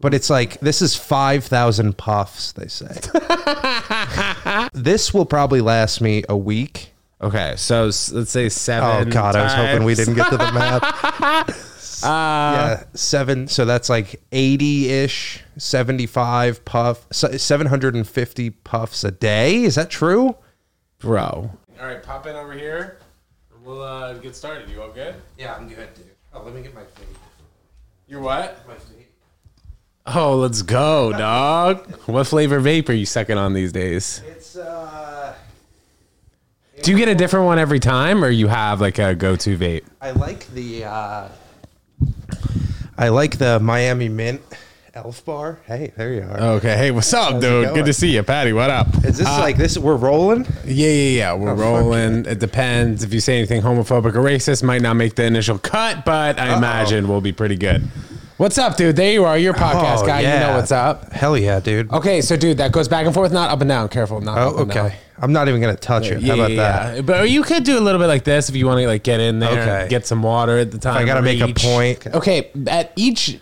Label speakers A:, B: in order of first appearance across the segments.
A: But it's like this is five thousand puffs. They say this will probably last me a week.
B: Okay, so s- let's say
A: Oh
B: seven.
A: God, I was hoping we
B: times-
A: didn't get to the math. yeah, seven. So that's like eighty-ish, seventy-five puff, seven hundred and fifty puffs a day. Is that true?
B: bro.
C: All right, pop in over here. and We'll uh, get started. You all good?
A: Yeah, I'm good, dude. Oh, let me get my feet.
C: You're what?
A: My feet.
B: Oh, let's go, dog. What flavor vape are you sucking on these days?
A: It's uh,
B: Do you get a different one every time, or you have like a go-to vape?
A: I like the uh, I like the Miami Mint Elf Bar. Hey, there you are.
B: Okay, hey, what's up,
A: it
B: dude?
A: going?
B: Good to see you, Patty. What up?
A: Is this like this? We're rolling.
B: Yeah, yeah, yeah. We're
A: Oh, fuck
B: rolling. It depends. If you say anything homophobic or racist, might not make the initial cut, but I imagine we'll be pretty good. What's up, dude? There you are. Your podcast
A: Oh,
B: guy. You
A: yeah.
B: know what's up.
A: Hell yeah, dude.
B: Okay, so dude, that goes back and forth, not up and down. Careful, not up
A: Oh,
B: and down.
A: okay. I'm not even gonna touch it.
B: Yeah,
A: How about
B: yeah,
A: that?
B: yeah. But you could do a little bit like this if you want to like get in there,
A: Okay.
B: get some water at the time.
A: I gotta make a
B: reach.
A: point.
B: Okay, at each.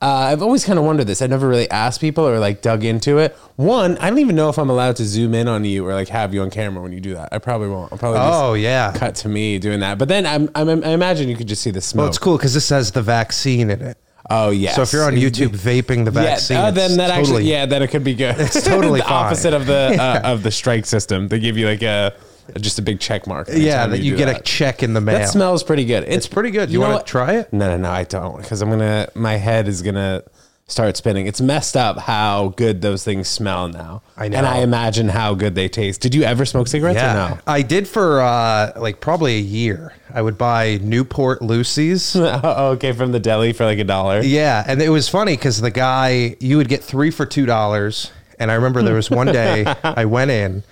B: Uh, I've always kind of wondered this. I never really asked people or like dug into it. One, I don't even know if I'm allowed to zoom in on you or like have you on camera when you do that. I probably won't. I'll probably just
A: Oh yeah.
B: cut to me doing that. But then I'm, I'm I imagine you could just see the
A: Well,
B: smoke.
A: it's cool because this has the vaccine in it.
B: oh yeah.
A: So if you're on YouTube vaping the vaccine,
B: yeah, uh, then
A: it's
B: that
A: totally-
B: actually yeah, then it could be good. It's
A: totally
B: the
A: fine.
B: opposite of the uh, of the strike system. They give you like a just a big check mark. every
A: yeah,
B: time
A: that
B: you
A: you,
B: do
A: get a
B: that.
A: check in the mail.
B: That smells pretty good. It's,
A: pretty good. You wanna
B: what?
A: try it?
B: No, no, no, I don't because I'm gonna. My head is gonna start spinning. It's messed up how good those things smell now.
A: I know.
B: and I imagine how good they taste. Did you ever smoke cigarettes
A: yeah,
B: or no?
A: I did for uh, like probably a year. I would buy Newport Lucy's.
B: Oh, okay, from the deli for like a dollar.
A: Yeah, and it was funny because the guy you would get three for two dollars, and I remember there was one day I went in,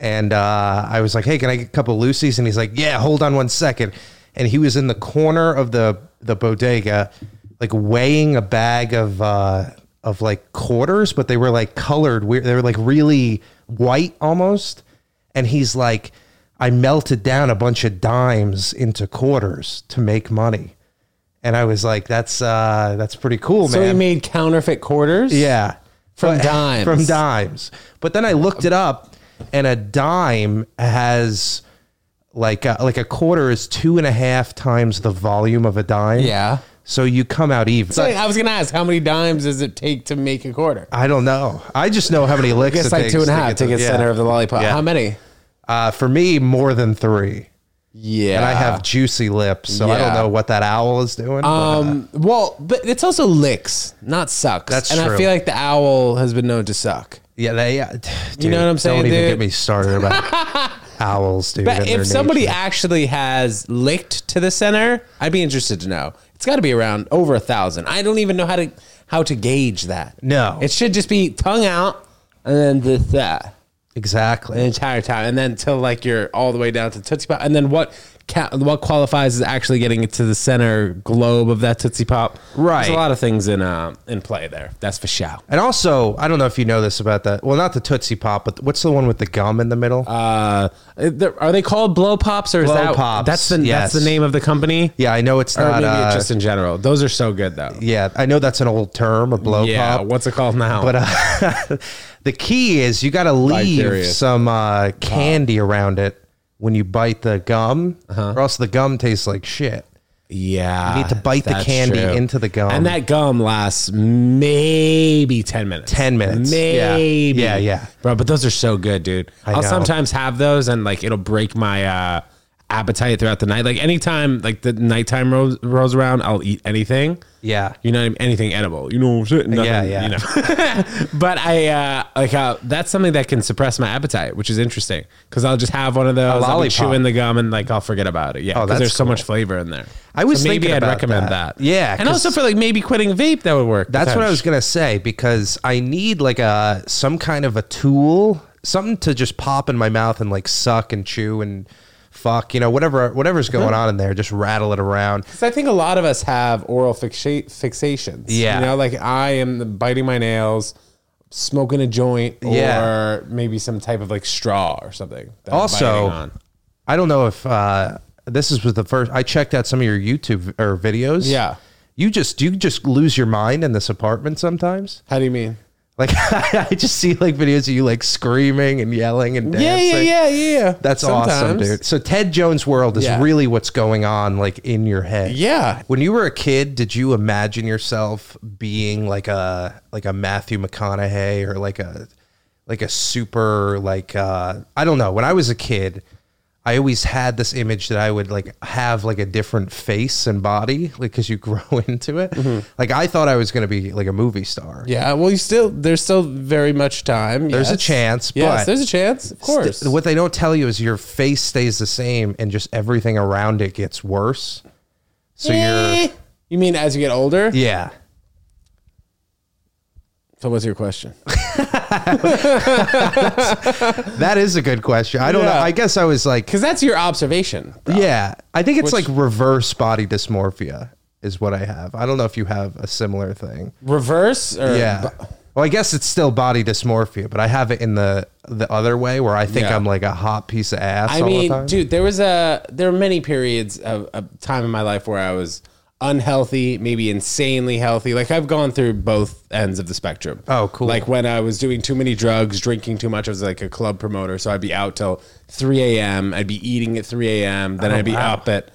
A: and uh, I was like, "Hey, can I get a couple Lucy's?" And he's like, "Yeah, hold on one second. and he was in the corner of the the bodega, like weighing a bag of uh, of like quarters, but they were like colored. Weird. They were like really white almost, and he's like. I melted down a bunch of dimes into quarters to make money. And I was like, that's uh that's pretty cool,
B: So
A: man.
B: he made counterfeit quarters.
A: yeah.
B: From
A: But-
B: dimes.
A: From dimes. But then I looked it up and a dime has like a, like a quarter is two and a half times the volume of a dime.
B: Yeah.
A: So you come out even.
B: So I was gonna ask, how many dimes does it take to make a quarter?
A: I don't know. I just know how many
B: I
A: licks.
B: guess
A: it
B: like
A: takes
B: two and a
A: to
B: half
A: get
B: to get
A: yeah.
B: center of the lollipop.
A: Yeah.
B: How many?
A: Uh, for me, more than three.
B: Yeah,
A: And I have juicy lips, so I don't
B: Yeah.
A: know what that owl is doing. but-
B: Um, well, but it's also licks, not sucks.
A: That's
B: and
A: true.
B: I feel like the owl has been known to suck.
A: Yeah, they. Yeah,
B: know what I'm saying,
A: Don't even
B: dude?
A: get me started about owls, dude.
B: But
A: and their
B: if somebody
A: nature.
B: actually has licked to the center, I'd be interested to know. It's got to be around over a thousand. I don't even know how to how to gauge that.
A: No.
B: it should just be tongue out and then this that the
A: exactly,
B: entire time, and then till like you're all the way down to tootsie pop, and then what? Ca- what qualifies as actually getting it to the center globe of that tootsie pop?
A: Right.
B: There's a lot of things in uh, in play there. That's for sure.
A: and also, I don't know if you know this about that. Well, not the Tootsie Pop, but what's the one with the gum in the middle?
B: Uh, there- are they called blow pops or is
A: Blow
B: that
A: pops,
B: That's the
A: yes.
B: that's the name of the company.
A: yeah, I know it's
B: or
A: not.
B: maybe
A: uh,
B: just in general. Those are so good though.
A: yeah, I know that's an old term, a blow
B: yeah,
A: pop.
B: what's it called now?
A: But uh, the key is you got to leave
B: Vicarious.
A: some uh, candy around it when you bite the gum,
B: Uh-huh.
A: or else the gum tastes like shit.
B: yeah,
A: you need to bite the
B: that's
A: candy into the gum.
B: and that gum lasts maybe ten minutes.
A: 10 minutes, yeah.
B: maybe.
A: Yeah, yeah.
B: bro. But those are so good, dude. I will
A: know.
B: sometimes have those, and like it'll break my uh, appetite throughout the night. Like anytime, like the nighttime rolls, rolls around, I'll eat anything.
A: Yeah,
B: You know what I mean? Anything edible. You know what I'm saying? Nothing,
A: Yeah, yeah.
B: You know. but I uh, like uh, that's something that can suppress my appetite, which is interesting because I'll just have one of those. I'll be
A: lollipop. Oh,
B: chewing the gum and like I'll forget about it. Yeah, because
A: that's
B: there's so
A: cool.
B: much flavor in there.
A: I was
B: so maybe
A: thinking
B: I'd
A: about
B: recommend
A: that.
B: that.
A: Yeah,
B: and
A: 'cause-
B: also for like maybe quitting vape that would work.
A: That's what I was gonna say because I need like a some kind of a tool, something to just pop in my mouth and like suck and chew and fuck, you know, whatever whatever's
B: Mm-hmm.
A: going on in there, just rattle it around.
B: Because I think a lot of us have oral fixa- fixations.
A: Yeah.
B: you know, like I am biting my nails. Smoking a joint, or
A: Yeah.
B: maybe some type of like straw or something. that I'm biting
A: Also,
B: on.
A: I don't know if uh, this is was the first I checked out some of your YouTube v- or videos.
B: Yeah.
A: You just you just lose your mind in this apartment sometimes.
B: How do you mean?
A: Like I just see like videos of you like screaming and yelling and dancing.
B: Yeah, yeah, yeah, yeah.
A: That's awesome,
B: Sometimes.
A: dude. So Ted Jones World is
B: Yeah.
A: really what's going on like in your head.
B: Yeah.
A: When you were a kid, did you imagine yourself being like a like a Matthew McConaughey or like a like a super like uh I don't know. When I was a kid, I always had this image that I would like have like a different face and body like cuz you grow into it.
B: Mm-hmm.
A: Like I thought I was going to be like a movie star.
B: Yeah. Well, you still there's still very much time.
A: There's a
B: yes.
A: chance,
B: Yes,
A: but-
B: there's a chance. Of
A: Th-
B: course.
A: what they don't tell you is your face stays the same and just everything around it gets worse. So you're
B: Eh. You mean as you get older?
A: yeah.
B: So what's your question?
A: That is a good question. I don't know.
B: Yeah.
A: I guess I was like
B: Because that's your observation.
A: Yeah, I think it's like reverse body dysmorphia is what I have. I don't know if you have a similar thing.
B: Reverse or
A: Yeah. Well, I guess it's still body dysmorphia, but I have it in the the other way where I think
B: Yeah.
A: I'm like a hot piece of ass.
B: I
A: all the
B: mean,
A: time.
B: dude, there was a there were many periods of, of time in my life where I was unhealthy, maybe insanely healthy. Like I've gone through both ends of the spectrum.
A: Oh, cool.
B: Like when I was doing too many drugs, drinking too much, I was like a club promoter, so I'd be out till three a.m. I'd be eating at three a.m. Then I'd be
A: Oh, wow.
B: up at.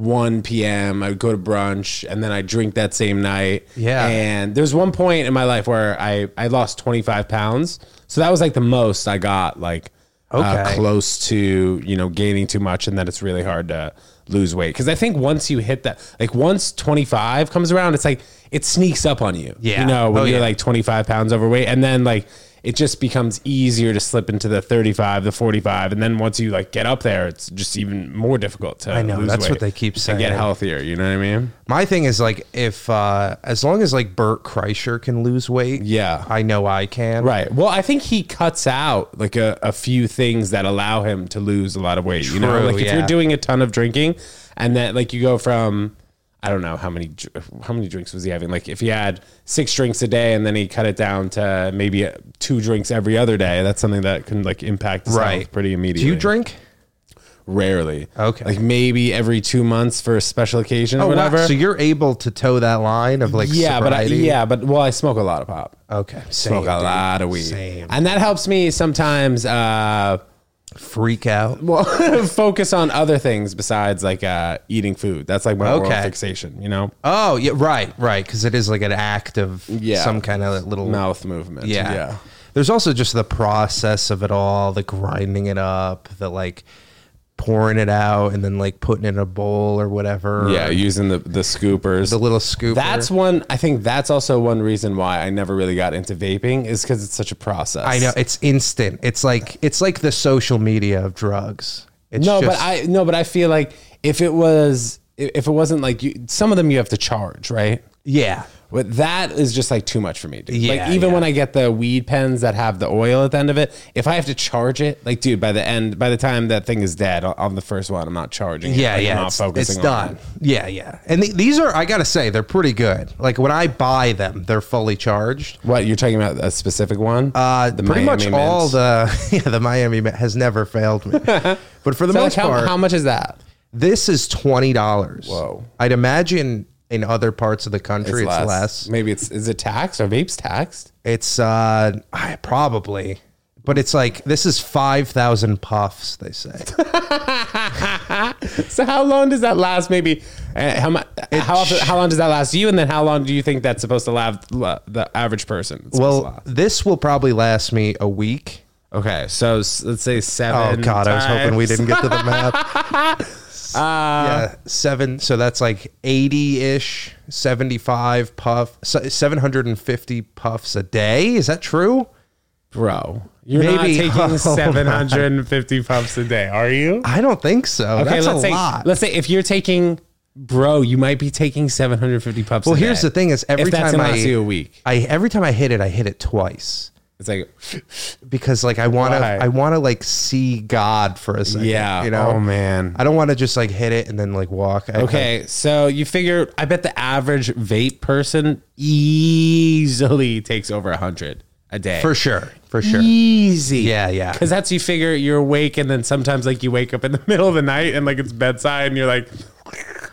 B: 1 p.m. I would go to brunch and then I drink that same night.
A: Yeah.
B: And there was one point in my life where I, I lost 25 pounds. So that was like the most I got like
A: Okay.
B: uh, close to you know gaining too much and then it's really hard to lose weight because i think once you hit that like once 25 comes around it's like it sneaks up on you
A: Yeah.
B: you know when
A: Oh,
B: you're
A: yeah.
B: like 25 pounds overweight and then like it just becomes easier to slip into the 35 the 45 and then once you like get up there it's just even more difficult to i
A: know, that's what they keep
B: to
A: saying.
B: get healthier you know what i mean
A: My thing is like if uh as long as like Burt Kreischer can lose weight,
B: Yeah.
A: I know I can.
B: right well i think he cuts out like a, a few things that allow him to lose a lot of weight you know
A: True,
B: like if
A: yeah.
B: you're doing a ton of drinking and then like you go from i don't know how many dr- how many drinks was he having like if he had six drinks a day and then he cut it down to maybe uh, two drinks every other day that's something that can like impact his
A: Right.
B: health pretty immediately
A: Do you drink?
B: rarely
A: Okay. Oh,
B: like maybe every two months for a special occasion or
A: wow.
B: whatever
A: So you're able to toe that line of like
B: yeah but I,
A: sobriety?
B: yeah but well i smoke a lot of pop
A: Okay. Same,
B: smoke a
A: dude.
B: lot of weed
A: Same.
B: and that helps me sometimes uh
A: Freak out.
B: well focus on other things besides like uh eating food that's like my oral
A: Okay.
B: fixation you know
A: Oh, yeah, right, right. Because it is like an act of
B: Yeah.
A: some kind of little
B: mouth movement
A: Oh. Yeah. There's also just the process of it all, the grinding it up, the like pouring it out and then like putting it in a bowl or whatever.
B: yeah, Yeah, using the the scoopers
A: The little scoop.
B: that's one i think that's also one reason why i never really got into vaping is because it's such a process
A: I know it's instant. It's like it's like the social media of drugs. It's
B: no
A: just,
B: but i no but i feel like if it was if it wasn't like you some of them you have to charge right
A: yeah.
B: But that is just like too much for me, dude.
A: Yeah,
B: like even
A: yeah.
B: when I get the weed pens that have the oil at the end of it, if I have to charge it, like dude, by the end, by the time that thing is dead on- on the first one, I'm not charging. it.
A: Yeah,
B: Like, I'm
A: yeah,
B: not
A: it's,
B: focusing
A: it's
B: on
A: done.
B: it.
A: Yeah, yeah. And the, these are, I gotta say, they're pretty good. Like when I buy them, they're fully charged.
B: What you're talking about a specific one?
A: Uh, pretty much
B: Miami
A: all
B: Mints.
A: the yeah, the Miami Mint has never failed me. but for the
B: So, like,
A: most
B: how,
A: part,
B: how much is that?
A: this is twenty dollars.
B: Whoa.
A: I'd imagine in other parts of the country it's, less.
B: Maybe it's is it taxed or vapes taxed?
A: It's uh I- probably, but it's like this is five thousand puffs. They say
B: So how long does that last? Maybe uh, how much? How often, how long does that last you? And then how long do you think that's supposed to last la- the average person? It's supposed to last?
A: well, this will probably last me a week.
B: Okay, so s- let's say
A: Oh
B: seven.
A: God, I was hoping we
B: times. Uh,
A: didn't get to the math. yeah, seven. So that's like eighty-ish, seventy-five puff, seven hundred and fifty puffs a day. Is that true?
B: bro. You're
A: Maybe-
B: not
A: oh, my.
B: taking 750 puffs a day, are you?
A: I don't think so.
B: Okay,
A: That's
B: let's
A: a
B: say
A: lot.
B: let's say if you're taking, bro, you might be taking 750 puffs.
A: well,
B: a
A: here's
B: day.
A: the thing: is every
B: if
A: time
B: that's gonna
A: I
B: last you a week,
A: I every time I hit it, I hit it twice
B: it's like,
A: because like I want to,
B: Why?
A: I want to like see God for a second.
B: yeah,
A: you know.
B: oh man.
A: I don't want to just like hit it and then like walk. I,
B: Okay, so you figure I bet the average vape person easily takes over 100 a day.
A: I- for sure, for sure.
B: Easy.
A: Yeah, yeah.
B: Because that's you figure you're awake, and then sometimes like you wake up in the middle of the night and like it's bedside, and you're like,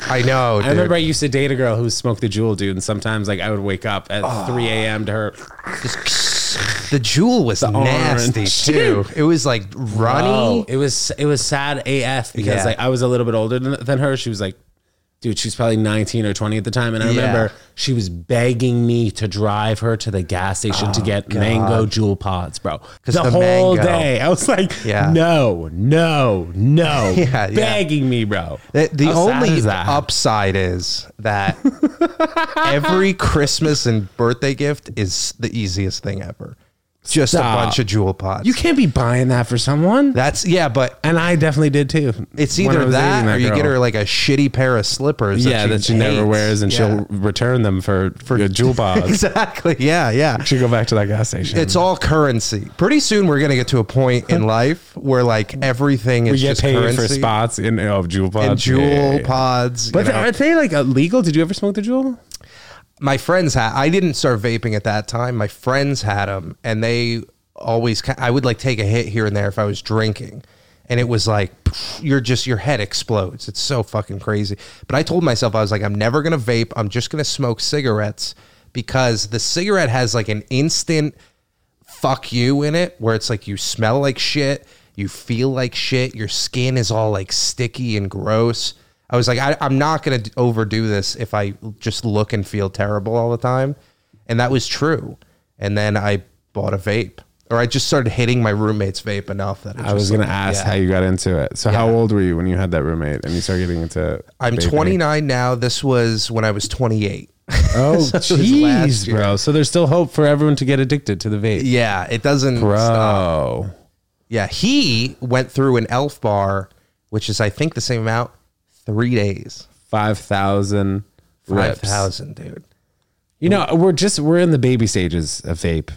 A: I know.
B: I
A: dude.
B: remember I used to date a girl who smoked the jewel, dude, and sometimes like I would wake up at
A: Ah.
B: 3 a.m. to her.
A: the jewel was nasty
B: orange.
A: too. It was like runny.
B: Oh, it was it was sad AF because
A: Yeah.
B: like I was a little bit older than, than her. She was like, dude, she was probably 19 or 20 at the time, and I remember
A: Yeah.
B: she was begging me to drive her to the gas station to get mango jewel pods, bro. The,
A: Oh, the
B: whole
A: mango.
B: day, I was like,
A: Yeah.
B: no, no, no,
A: Yeah, yeah.
B: begging me, bro.
A: The, the
B: How sad
A: only
B: is that?
A: upside is that every Christmas and birthday gift is the easiest thing ever. Just
B: Stop.
A: a bunch of jewel pods.
B: you can't be buying that for someone.
A: That's yeah, but
B: and I definitely did too.
A: it's
B: when I
A: either
B: was
A: that,
B: dating
A: or you
B: girl.
A: get her like a shitty pair of slippers.
B: yeah, that she never
A: hates.
B: wears, and
A: Yeah.
B: she'll return them for for your jewel pods.
A: exactly. Yeah, yeah.
B: She'll go back to that gas station.
A: It's all currency. Pretty soon we're gonna get to a point in life where like everything is
B: we get
A: just
B: paid
A: currency
B: for spots in of jewel pods
A: and jewel
B: Yeah, yeah, yeah.
A: pods.
B: But
A: you know.
B: are they like illegal? Did you ever smoke the jewel?
A: my friends had i didn't start vaping at that time my friends had them and they always ki- i would like take a hit here and there if i was drinking and it was like you're just your head explodes it's so fucking crazy but i told myself i was like i'm never gonna vape i'm just gonna smoke cigarettes because the cigarette has like an instant fuck you in it where it's like you smell like shit, you feel like shit, your skin is all like sticky and gross. I was like, I, I'm not going to overdo this if I just look and feel terrible all the time. And that was true. And then I bought a vape or I just started hitting my roommate's vape enough that
B: I was
A: going
B: gonna ask how you got into it. So how old were you when you had that roommate and you started getting into?
A: I'm
B: vaping?
A: 29 now. This was when I was 28.
B: Oh,
A: it was last
B: jeez,
A: year.
B: bro. So there's still hope for everyone to get addicted to the vape,
A: yeah, it doesn't
B: bro.
A: Yeah, he went through an elf bar, which is I think the same amount, three days,
B: Five thousand.
A: five thousand, dude.
B: You know, we're just we're in the baby stages of vape.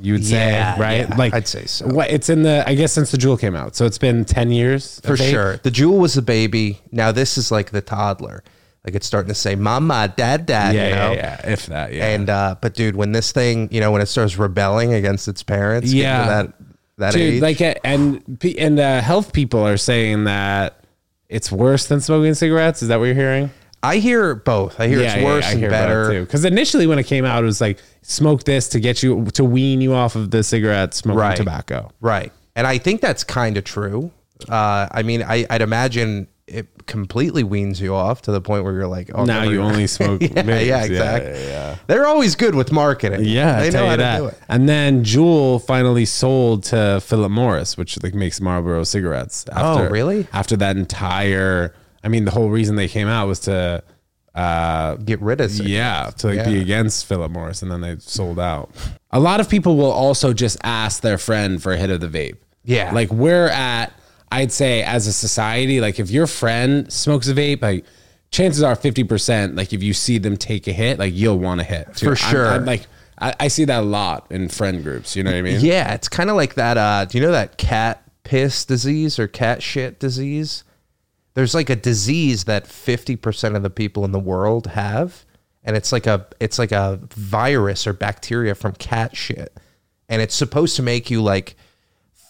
B: You would say,
A: Yeah,
B: right?
A: yeah, I'd say so.
B: What it's in the I guess since the jewel came out, so it's been ten years of
A: For
B: vape?
A: sure. The jewel was the baby. Now this is like the toddler. Like it's starting to say, "Mama, Dad, Dad,"
B: Yeah,
A: you
B: yeah,
A: know.
B: yeah. If that, yeah.
A: And uh, but dude, when this thing, you know, when it starts rebelling against its parents, getting to
B: Yeah.
A: that that
B: Dude,
A: age,
B: like, uh, and pe- and uh, health people are saying that it's worse than smoking cigarettes. Is that what you're hearing?
A: I hear both. I hear it's worse and better.
B: Because initially, when it came out, it was like smoke this to get you to wean you off of the cigarette smoking
A: Right.
B: tobacco.
A: Right. And I think that's kind of true. Uh, I mean, I, I'd imagine it completely weans you off to the point where you're like, oh,
B: Now
A: never-
B: you only smoke.
A: yeah,
B: vapes.
A: yeah, exactly.
B: yeah,
A: They're always good with marketing.
B: Yeah, I
A: they
B: tell
A: know
B: you
A: how
B: that.
A: to do it.
B: And then Juul finally sold to Philip Morris, which like makes Marlboro cigarettes. After,
A: Oh, really?
B: After that entire, I mean, the whole reason they came out was to, uh,
A: Get rid of it.
B: yeah, to like be
A: Yeah.
B: against Philip Morris, and then they sold out. A lot of people will also just ask their friend for a hit of the vape.
A: Yeah.
B: like we're at, I'd say as a society, like if your friend smokes a vape, like. Chances are fifty percent. Like if you see them take a hit, like you'll want a hit too.
A: For
B: I'm-
A: sure.
B: I'm, like I, I see that a lot in friend groups. You know what I mean?
A: Yeah, it's kind of like that. Uh, do you know that cat piss disease or cat shit disease? There's like a disease that 50% of the people in the world have, and it's like a it's like a virus or bacteria from cat shit, and it's supposed to make you like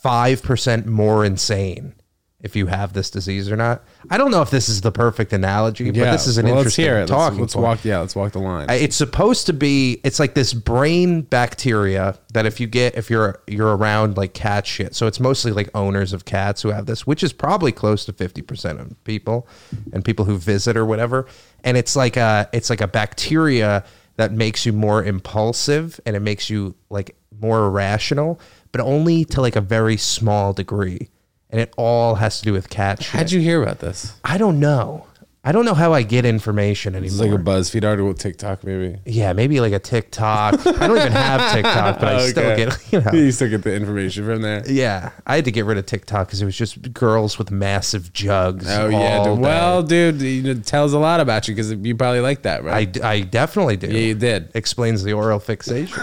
A: five percent more insane if you have this disease or not. I don't know if this is the perfect analogy, but this is an
B: Well,
A: interesting
B: Let's hear it.
A: talking.
B: Let's, let's
A: point.
B: walk. Yeah, let's walk the line.
A: Uh, it's supposed to be it's like this brain bacteria that if you get if you're you're around like cat shit so it's mostly like owners of cats who have this which is probably close to 50% of people and people who visit or whatever and it's like a it's like a bacteria that makes you more impulsive and it makes you like more irrational but only to like a very small degree and it all has to do with cat shit
B: How'd you hear about this?
A: i don't know i don't know how i get information anymore
B: It's like a BuzzFeed article, TikTok, maybe.
A: yeah, maybe like a TikTok. I don't even have TikTok, but I still
B: Okay.
A: get, you know.
B: You still get the information from there.
A: Yeah, I had to get rid of TikTok because it was just girls with massive jugs.
B: Oh yeah,
A: all day.
B: dude. well, dude, you know, it tells a lot about you because you probably like that,
A: I,
B: right?
A: d- I definitely do.
B: yeah, you did,
A: Explains the oral fixation.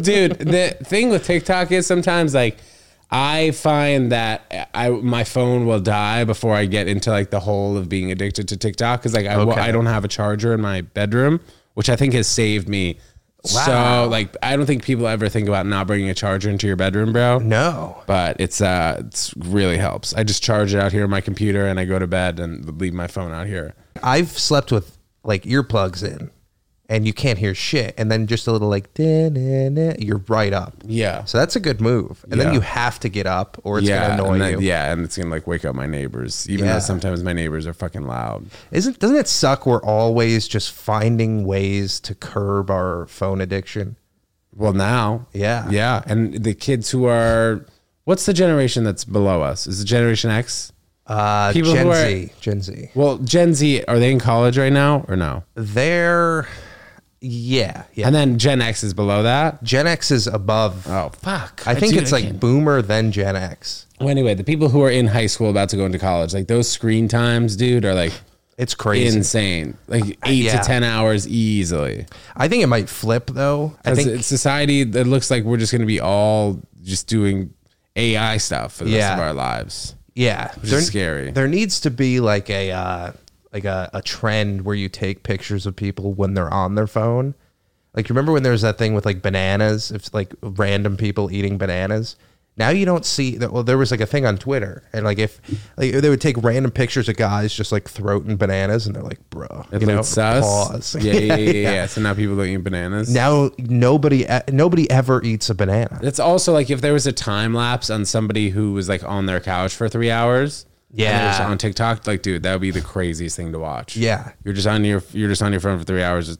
B: dude. The thing with TikTok is sometimes like I find that I my phone will die before I get into like the hole of being addicted to TikTok because like I,
A: Okay.
B: I don't have a charger in my bedroom, which I think has saved me
A: Wow.
B: So like, I don't think people ever think about not bringing a charger into your bedroom, bro.
A: No.
B: But it's uh, it's really helps. I just charge it out here on my computer, and I go to bed and leave my phone out here.
A: I've slept with like earplugs in and you can't hear shit. And then just a little like, "Da-na-na," you're right up.
B: Yeah.
A: So that's a good move. And then
B: Yeah.
A: you have to get up or it's
B: yeah,
A: going to annoy
B: and then-
A: you.
B: yeah, and it's gonna like wake up my neighbors, even
A: Yeah.
B: though sometimes my neighbors are fucking loud.
A: Isn't doesn't it suck we're always just finding ways to curb our phone addiction?
B: Well, now,
A: Yeah.
B: yeah, and the kids who are, what's the generation that's below us? Is it Generation X?
A: Uh,
B: People
A: Gen
B: who are-
A: Z, Gen Z.
B: Well, Gen Z, are they in college right now or no?
A: They're yeah, yeah.
B: And then Gen X is below that.
A: Gen X is above.
B: Oh fuck!
A: I think
B: Dude,
A: it's like
B: can't-
A: boomer then Gen X.
B: well, anyway, the people who are in high school about to go into college, like those screen times, dude, are like
A: It's crazy.
B: insane, like eight
A: yeah.
B: to ten hours easily.
A: I think it might flip though. I
B: As
A: think
B: a society, it looks like we're just going to be all just doing AI stuff for the rest
A: Yeah.
B: of our lives.
A: yeah,
B: is scary.
A: There needs to be like a uh, like a, a trend where you take pictures of people when they're on their phone. Like remember when there was that thing with like bananas? It's like random people eating bananas. Now you don't see that. Well, there was like a thing on Twitter, and like if like they would take random pictures of guys just like throating bananas, and they're like, "Bro,
B: It looks us.
A: pause."
B: Yeah, yeah, yeah, yeah, yeah. So now people don't eat bananas.
A: Now nobody e, nobody ever eats a banana.
B: That's also like if there was a time lapse on somebody who was like on their couch for three hours. and it was
A: Yeah.
B: on TikTok, like, dude, that would be the craziest thing to watch.
A: Yeah.
B: you're just on your you're just on your phone for three hours, just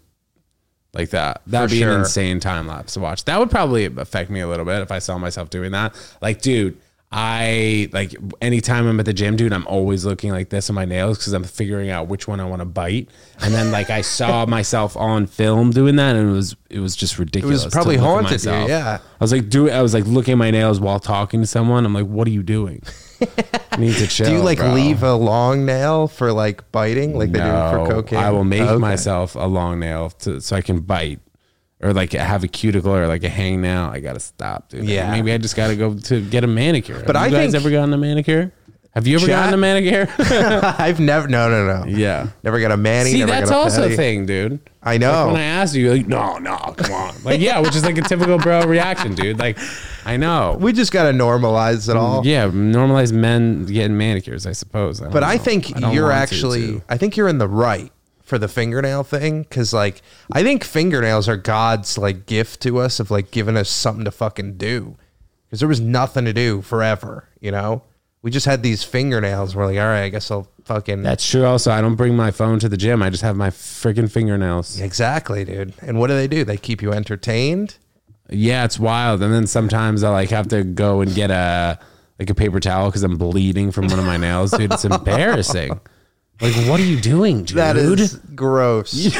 B: like that. That would
A: For
B: be
A: sure.
B: an insane time lapse to watch. That would probably affect me a little bit if I saw myself doing that. Like, dude. I like anytime I'm at the gym, dude. I'm always looking like this on my nails because I'm figuring out which one I want to bite. And then like I saw myself on film doing that, and it was it was just ridiculous. to
A: probably
B: look at
A: haunted you,
B: myself.
A: yeah.
B: I was like, do I was like looking at my nails while talking to someone. I'm like, what are you doing? I need to chill.
A: Do you like
B: bro.
A: leave a long nail for like biting, like they do
B: No,
A: for cocaine?
B: I will make
A: Okay.
B: myself a long nail to, so I can bite, or like have a cuticle or like a hangnail. I gotta stop, dude.
A: Yeah.
B: maybe I just gotta go to get a manicure. But
A: I
B: have you guys
A: think-
B: ever gotten a manicure? Have you ever
A: Chat-
B: gotten a manicure?
A: I've never. No, no, no.
B: yeah.
A: Never got a manny.
B: See,
A: never
B: that's
A: got a
B: also
A: petty.
B: a thing, dude.
A: I know.
B: Like, when I asked you, you're like, no, no, come on. Like, yeah, which is like a typical bro reaction, dude. Like, I know.
A: we just gotta normalize it all.
B: Mm, Yeah, normalize men getting manicures, I suppose.
A: But I think you're actually.
B: To,
A: I think you're in the right for the fingernail thing because, like, I think fingernails are God's like gift to us of like giving us something to fucking do because there was nothing to do forever. You know, we just had these fingernails. We're like, all right, I guess I'll fucking.
B: That's true. Also, I don't bring my phone to the gym. I just have my freaking fingernails. Yeah.
A: Exactly, dude. And what do they do? They keep you entertained.
B: it's wild. And then sometimes I like have to go and get a like a paper towel because I'm bleeding from one of my nails, dude. It's embarrassing. Like, what are you doing, dude?
A: That is gross.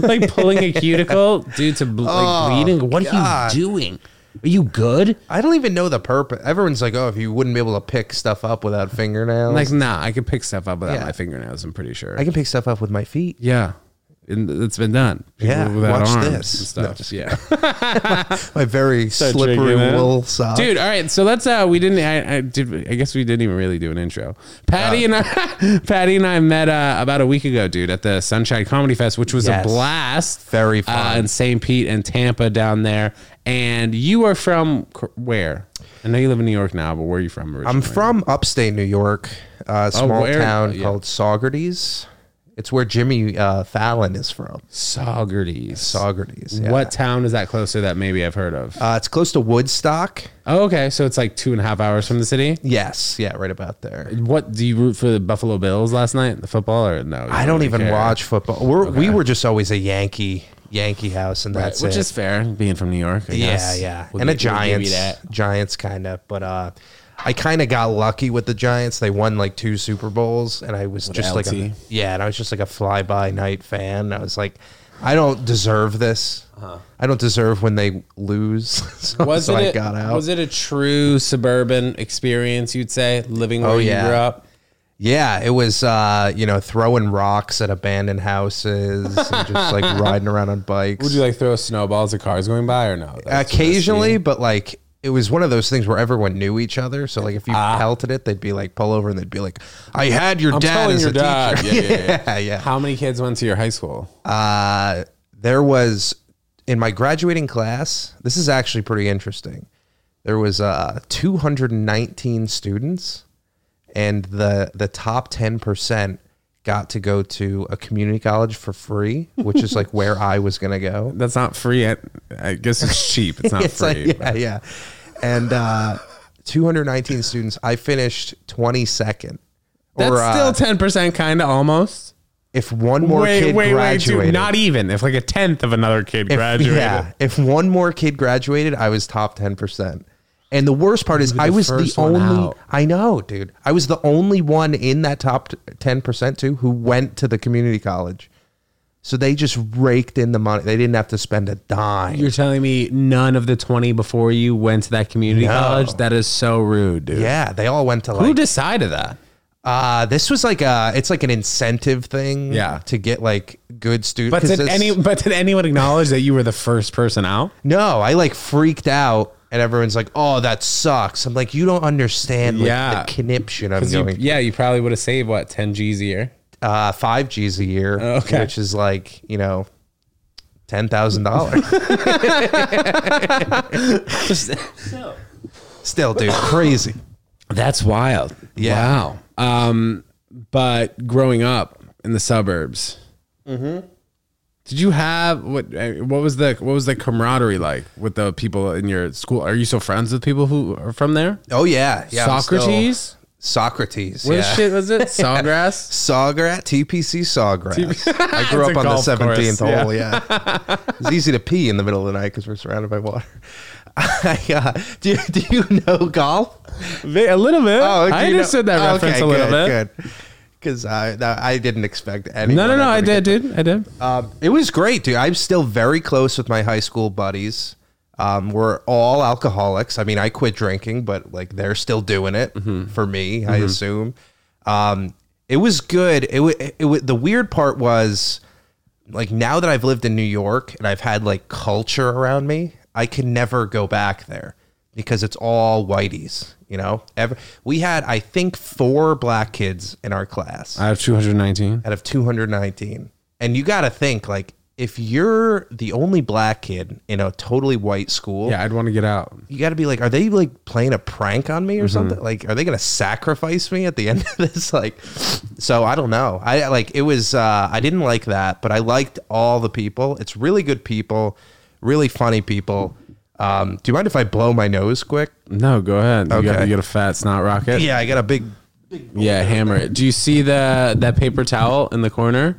B: like pulling a cuticle, dude, to ble-
A: Oh,
B: like bleeding. What
A: God.
B: are you doing? Are you good?
A: I don't even know the purpose. Everyone's like, oh, if you wouldn't be able to pick stuff up without fingernails.
B: Like, nah, I could pick stuff up without
A: Yeah.
B: my fingernails. I'm pretty sure.
A: I can pick stuff up with my feet.
B: Yeah. And it's been done.
A: Yeah,
B: People without
A: watch
B: arms
A: this.
B: and
A: No,
B: stuff.
A: just
B: yeah.
A: My very slippery
B: shaking it.
A: wool sock.
B: Dude, all right. So let's uh we didn't I, I did I guess we didn't even really do an intro.
A: Uh,
B: Patty and I Patty and I met uh, about a week ago, dude, at the Sunshine Comedy Fest, which was
A: Yes.
B: a blast.
A: Very
B: Uh,
A: fun.
B: in St. Pete and Tampa down there. And you are from cr- where? I know you live in New York now, but where are you from originally?
A: I'm from upstate New York, a small
B: Oh, where-
A: town
B: yeah.
A: called Saugerties. It's where Jimmy uh, Fallon is from.
B: Saugerties.
A: Saugerties. yeah.
B: What town is that closer that maybe I've heard of?
A: Uh, it's close to Woodstock.
B: oh, okay. So it's like two and a half hours from the city.
A: Yes. Yeah, right about there.
B: What do you root for the Buffalo Bills last night? The football or no? you
A: I don't
B: really
A: even
B: care?
A: watch football. We're, We were just always a Yankee Yankee house, and that's
B: which
A: it.
B: is fair, being from New York. I
A: yeah,
B: guess.
A: yeah,
B: We'll
A: and a
B: gi- we'll give you
A: Giants
B: that.
A: Giants kind of. But uh, I kind of got lucky with the Giants. They won like two Super Bowls, and I was just like, a,
B: LT.
A: yeah, and I was just like a fly by night fan. I was like, I don't deserve this. I don't deserve when they lose. so
B: Was
A: so
B: Uh-huh. it?
A: I
B: a-
A: got out.
B: Was it a true suburban experience? You'd say living where
A: yeah.
B: you grew up.
A: Yeah, it was uh, you know throwing rocks at abandoned houses and just like riding around on bikes.
B: Would you like throw snowballs at cars going by or no? That's
A: occasionally, but like it was one of those things where everyone knew each other. So like if you
B: Ah.
A: pelted it, they'd be like pull over and they'd be like, "I had your dad
B: telling
A: as
B: your
A: a
B: dad."
A: teacher."
B: Yeah, yeah, yeah.
A: yeah, yeah.
B: How many kids went to your high school?
A: Uh, there was in my graduating class, this is actually pretty interesting. There was uh, 219 students, and the the top 10 percent got to go to a community college for free, which is like where I was gonna go.
B: That's not free. I, I guess it's cheap. It's not
A: It's like,
B: free.
A: yeah, yeah. And uh, 219 students. I finished 22nd.
B: That's
A: uh,
B: still ten percent, kind of almost.
A: if one more
B: wait,
A: kid
B: wait,
A: graduated.
B: wait, dude! Not even if like a tenth of another kid
A: if,
B: graduated.
A: Yeah, if one more kid graduated, I was top 10%. And the worst part is I was the
B: first one
A: only
B: out.
A: I know, dude. I was the only one in that top t- 10% too who went to the community college. So they just raked in the money. They didn't have to spend a dime.
B: You're telling me none of the twenty before you went to that community
A: No.
B: college? That is so rude, dude.
A: yeah, they all went to
B: Who
A: like
B: decided that?
A: Uh, this was like a, it's like an incentive thing.
B: Yeah.
A: To get like good students.
B: But did any? But did anyone acknowledge that you were the first person out?
A: No, I like freaked out. And everyone's like, "Oh, that sucks." I'm like, "You don't understand like,
B: Yeah.
A: the conniption I'm going
B: yeah, you probably would have saved what ten G's a year.
A: uh, five G's a year,
B: Oh, okay.
A: which is like you know ten thousand dollars. Still, dude, crazy.
B: That's wild.
A: Yeah.
B: Wow. Um, but growing up in the suburbs, Mm-hmm. did you have what? uh, What was the what was the camaraderie like with the people in your school? Are you still friends with people who are from there?
A: Oh yeah, yeah. I'm still-
B: Socrates.
A: Socrates.
B: What
A: yeah.
B: shit was it? Sawgrass.
A: Sawgrass, TPC Sawgrass. I grew
B: It's
A: up on
B: a
A: the
B: golf course,
A: 17th hole. Yeah. it's easy to pee in the middle of the night because we're surrounded by water. I, uh, do, do you know golf? Oh,
B: a little bit. I understood that reference a little bit.
A: bit. Because I, no, I didn't expect any.
B: No, no, no. I did, dude. I did.
A: Um, it was great, dude. I'm still very close with my high school buddies. Um, we're all alcoholics. I mean, I quit drinking, but like they're still doing it for me, I assume. Um, it was good. It, wa- it, wa- the weird part was like now that I've lived in New York and I've had like culture around me, I can never go back there because it's all whiteys. You know, Ever, we had I think four black kids in our class
B: I have two hundred nineteen.
A: out of 219. And you got to think like if you're the only black kid in a totally white school,
B: Yeah, I'd want to get out.
A: you got to be like, are they like playing a prank on me or something? Like, are they going to sacrifice me at the end of this? Like, so I don't know. I like it was, uh, I didn't like that, but I liked all the people. It's really good people, really funny people. Um, do you mind if I blow my nose quick?
B: No, go ahead. You, got,
A: Okay.
B: you got a fat snot rocket.
A: Yeah, I got a big.
B: Yeah, hammer it. Do you see the that paper towel in the corner?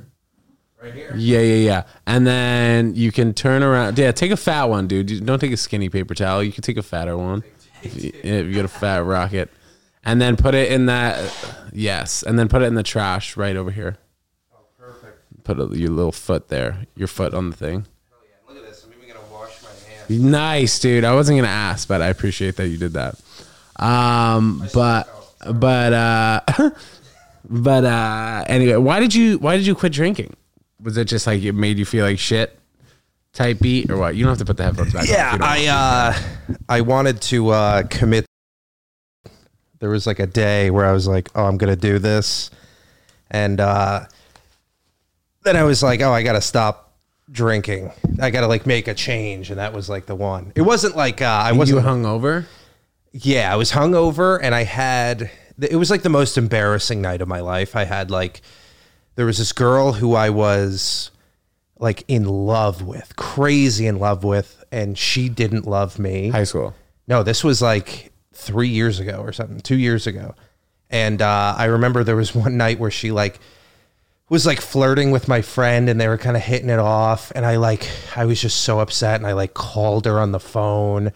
B: Right here. Yeah, yeah, yeah. And then you can turn around. Yeah, take a fat one, dude. You- Don't take a skinny paper towel. You can take a fatter one. If you, if you get a fat rocket, and then put it in that. Yes, and then put it in the trash right over here. Put a, your little foot there. Your foot on the thing.
A: Look at this. I'm even going to wash my hands.
B: Nice, dude. I wasn't gonna ask, but I appreciate that you did that. Um, but but uh, but uh, anyway, why did you why did you quit drinking? Was it just like it made you feel like shit? Type beat or what? You don't have to put the headphones back. on if
A: Yeah,
B: you don't.
A: I uh, I wanted to uh, commit. There was like a day where I was like, "Oh, I'm gonna do this," and uh, then I was like, "Oh, I gotta stop drinking. I gotta like make a change." And that was like the one. It wasn't like uh, I
B: you
A: wasn't.
B: hungover.
A: yeah, I was hungover, and I had. It was like the most embarrassing night of my life. I had like there was this girl who I was like in love with, crazy in love with, and she didn't love me.
B: High school.
A: No, this was like three years ago or something, two years ago. And uh, I remember there was one night where she like was like flirting with my friend and they were kind of hitting it off. And I like, I was just so upset and I like called her on the phone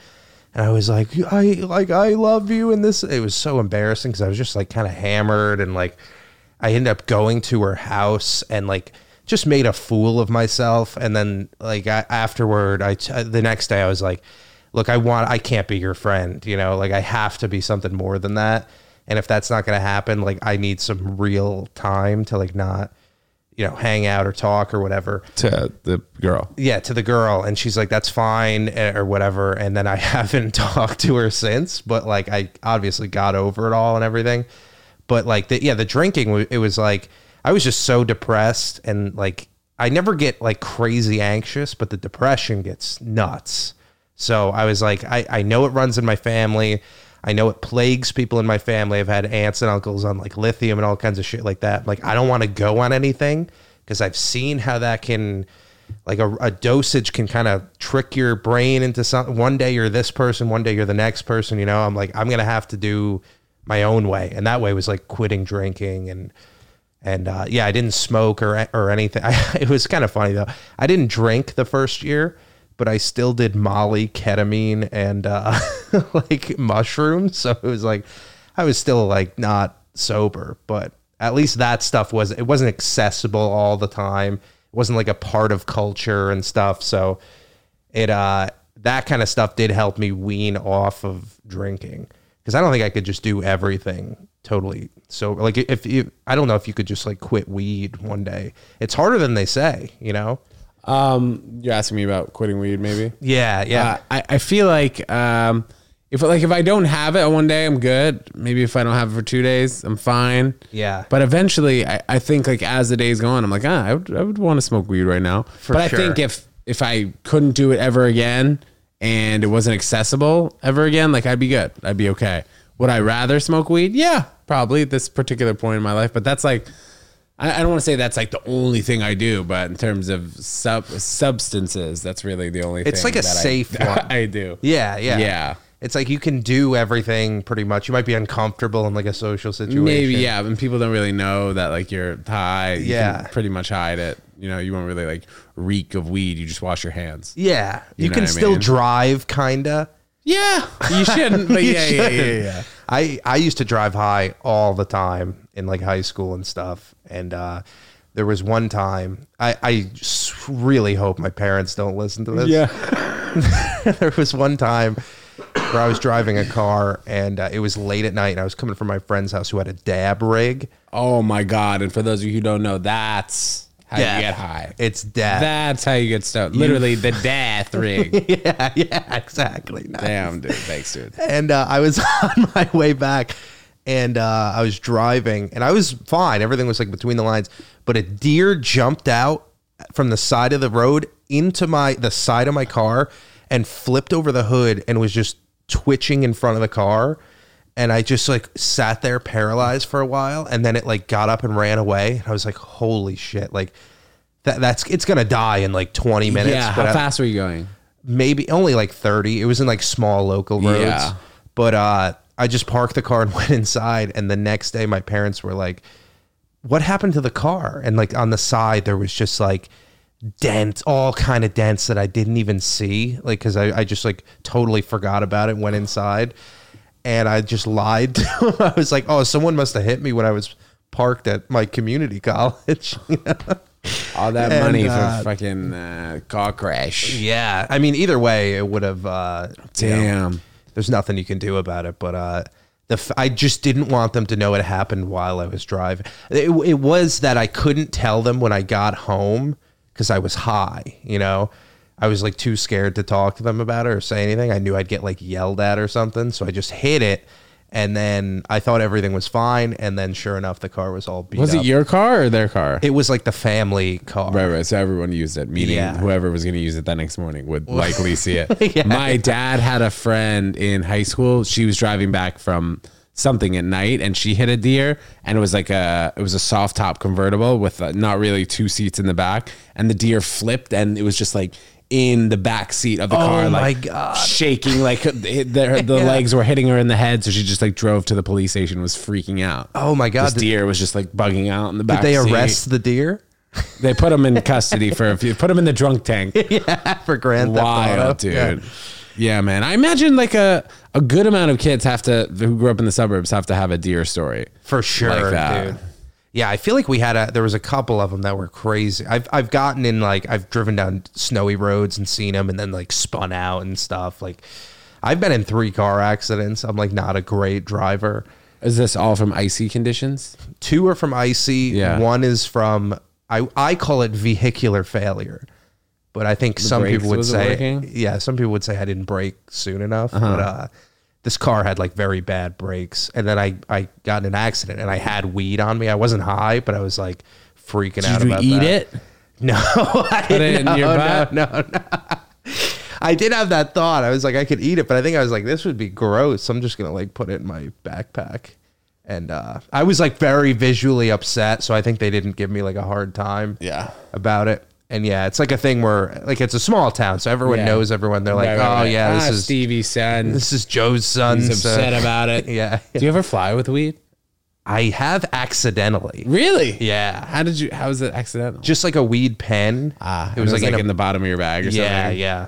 A: and I was like, I like, I love you. And this, it was so embarrassing because I was just like kind of hammered and like, I ended up going to her house and like just made a fool of myself. And then like I, afterward, I t- the next day I was like, look, I want, I can't be your friend. You know, like I have to be something more than that. And if that's not going to happen, like I need some real time to like not, you know, hang out or talk or whatever
B: To the girl.
A: yeah to the girl and she's like that's fine eh, or whatever and then i haven't talked to her since but like i obviously got over it all and everything but like the yeah the drinking wa- it was like i was just so depressed and like I never get like crazy anxious, but the depression gets nuts. So I was like, I, I know it runs in my family. I know it plagues people in my family. I've had aunts and uncles on like lithium and all kinds of shit like that. Like, I don't want to go on anything because I've seen how that can, like, a, a dosage can kind of trick your brain into something. One day you're this person, one day you're the next person. You know, I'm like, I'm going to have to do my own way. And that way was like quitting drinking and, and uh, yeah, I didn't smoke or or anything. I, it was kind of funny though. I didn't drink the first year, but I still did Molly, ketamine, and uh, like mushrooms. So it was like I was still like not sober, but at least that stuff was it wasn't accessible all the time. It wasn't like a part of culture and stuff. So it uh that kind of stuff did help me wean off of drinking because I don't think I could just do everything totally sober. Like if you, I don't know if you could just like quit weed one day. It's harder than they say, you know.
B: Um, you're asking me about quitting weed, maybe?
A: Yeah, yeah,
B: Uh, I, I feel like um, if like if I don't have it one day, I'm good. Maybe if I don't have it for two days, I'm fine.
A: Yeah.
B: But eventually, I, I think like as the days go on, I'm like, ah, I would, I would want to smoke weed right now.
A: sure.
B: but I think if if I couldn't do it ever again and it wasn't accessible ever again, like I'd be good. I'd be okay. Would I rather smoke weed? Yeah, probably at this particular point in my life. But that's like. I I don't want to say that's like the only thing I do, but in terms of sub substances, that's really the only.
A: It's
B: thing
A: like a
B: that I-
A: safe one.
B: I do.
A: yeah, yeah,
B: Yeah.
A: It's like you can do everything pretty much. You might be uncomfortable in like a social situation.
B: Maybe yeah, and people don't really know that like you're high. You
A: Yeah.
B: can pretty much hide it. You know, you won't really like reek of weed. You just wash your hands.
A: yeah. You,
B: You know
A: can
B: what I
A: still
B: mean?
A: drive, kinda.
B: Yeah, you shouldn't. But yeah, yeah, yeah, yeah, yeah.
A: I I used to drive high all the time in like high school and stuff. And uh, there was one time I I s- really hope my parents don't listen to this. there was one time where I was driving a car and uh, it was late at night and I was coming from my friend's house who had a dab rig.
B: Oh my god! And for those of you who don't know, that's how
A: Yeah.
B: you get high.
A: It's dab.
B: That's how you get stoned. Literally the death ring.
A: yeah, yeah, exactly. Nice.
B: Damn, dude. Thanks, dude.
A: and uh, I was on my way back, and uh, I was driving, and I was fine. Everything was like between the lines, but a deer jumped out from the side of the road into my the side of my car and flipped over the hood and was just twitching in front of the car. And I just like sat there paralyzed for a while, and then it like got up and ran away. And I was like, "Holy shit!" Like that, that's it's gonna die in like twenty minutes.
B: Yeah.
A: but
B: How
A: I-
B: fast were you going?
A: maybe only like 30 it was in like small local roads
B: Yeah.
A: but uh i just parked the car and went inside and the next day my parents were like what happened to the car and like on the side there was just like dents all kind of dents that i didn't even see like because I, I just like totally forgot about it went inside and i just lied to 'em. i was like oh someone must have hit me when i was parked at my community college
B: All that
A: And,
B: money
A: uh,
B: for fucking uh, car crash.
A: yeah i mean either way it would have uh you know,
B: Damn.
A: there's nothing you can do about it. But uh, the f- I just didn't want them to know it happened while I was driving. It, it was that I couldn't tell them when I got home because I was high. You know, I was like too scared to talk to them about it or say anything. I knew I'd get like yelled at or something, so I just hid it. And then I thought everything was fine, and then sure enough, the car was all beat
B: Was
A: up.
B: it your car or their car?
A: it was like the family car.
B: Right, right. So everyone used it, meaning
A: Yeah.
B: whoever was going to use it that next morning would likely see it. My dad had a friend in high school. She was driving back from something at night and she hit a deer and it was like a it was a soft top convertible with uh not really two seats in the back and the deer flipped and it was just like in the back seat of the car
A: Oh my
B: like
A: God.
B: shaking like the, the, the legs were hitting her in the head so she just like drove to the police station was freaking out
A: Oh my God.
B: this deer was just like bugging out in the back
A: Did they
B: seat.
A: arrest the deer
B: They put him in custody for a few. Put him in the drunk tank.
A: for grand theft auto?
B: Wild, dude.
A: Uh-huh. Yeah.
B: Yeah. man. I imagine like a a good amount of kids have to who grew up in the suburbs have to have a deer story.
A: for sure,
B: that.
A: dude. Yeah, I feel like we had a there was a couple of them that were crazy. I've I've gotten in like I've driven down snowy roads and seen them, and then like spun out and stuff. Like I've been in three car accidents. I'm like not a great driver.
B: Is this all from icy conditions?
A: Two are from icy.
B: Yeah.
A: One is from I I call it vehicular failure, but I think some
B: brakes
A: people would
B: wasn't
A: say
B: working? Uh-huh.
A: yeah, some people would say I didn't brake soon enough. But uh, this car had like very bad brakes, and then I I got in an accident and I had weed on me. I wasn't high, but I was like freaking out
B: Did you
A: about
B: eat
A: that.
B: it?
A: No, I
B: Put it
A: didn't-
B: in your
A: no,
B: butt?
A: No, no, no. I did have that thought. I was like, I could eat it, but I think I was like, this would be gross. I'm just gonna like put it in my backpack. And uh, I was like very visually upset, so I think they didn't give me like a hard time
B: Yeah.
A: about it. And yeah, it's like a thing where like it's a small town, so everyone
B: Yeah.
A: knows everyone. They're like,
B: Right, right,
A: oh
B: right.
A: yeah, this
B: Ah,
A: is
B: Stevie's son.
A: this is Joe's son.
B: He's
A: so-
B: upset about it.
A: yeah,
B: Do you ever fly with weed?
A: I have accidentally.
B: Really?
A: Yeah,
B: How did you? How was it accidental?
A: just like a weed pen.
B: Ah, it was, like, in, the bottom of your bag or
A: Yeah,
B: something.
A: yeah.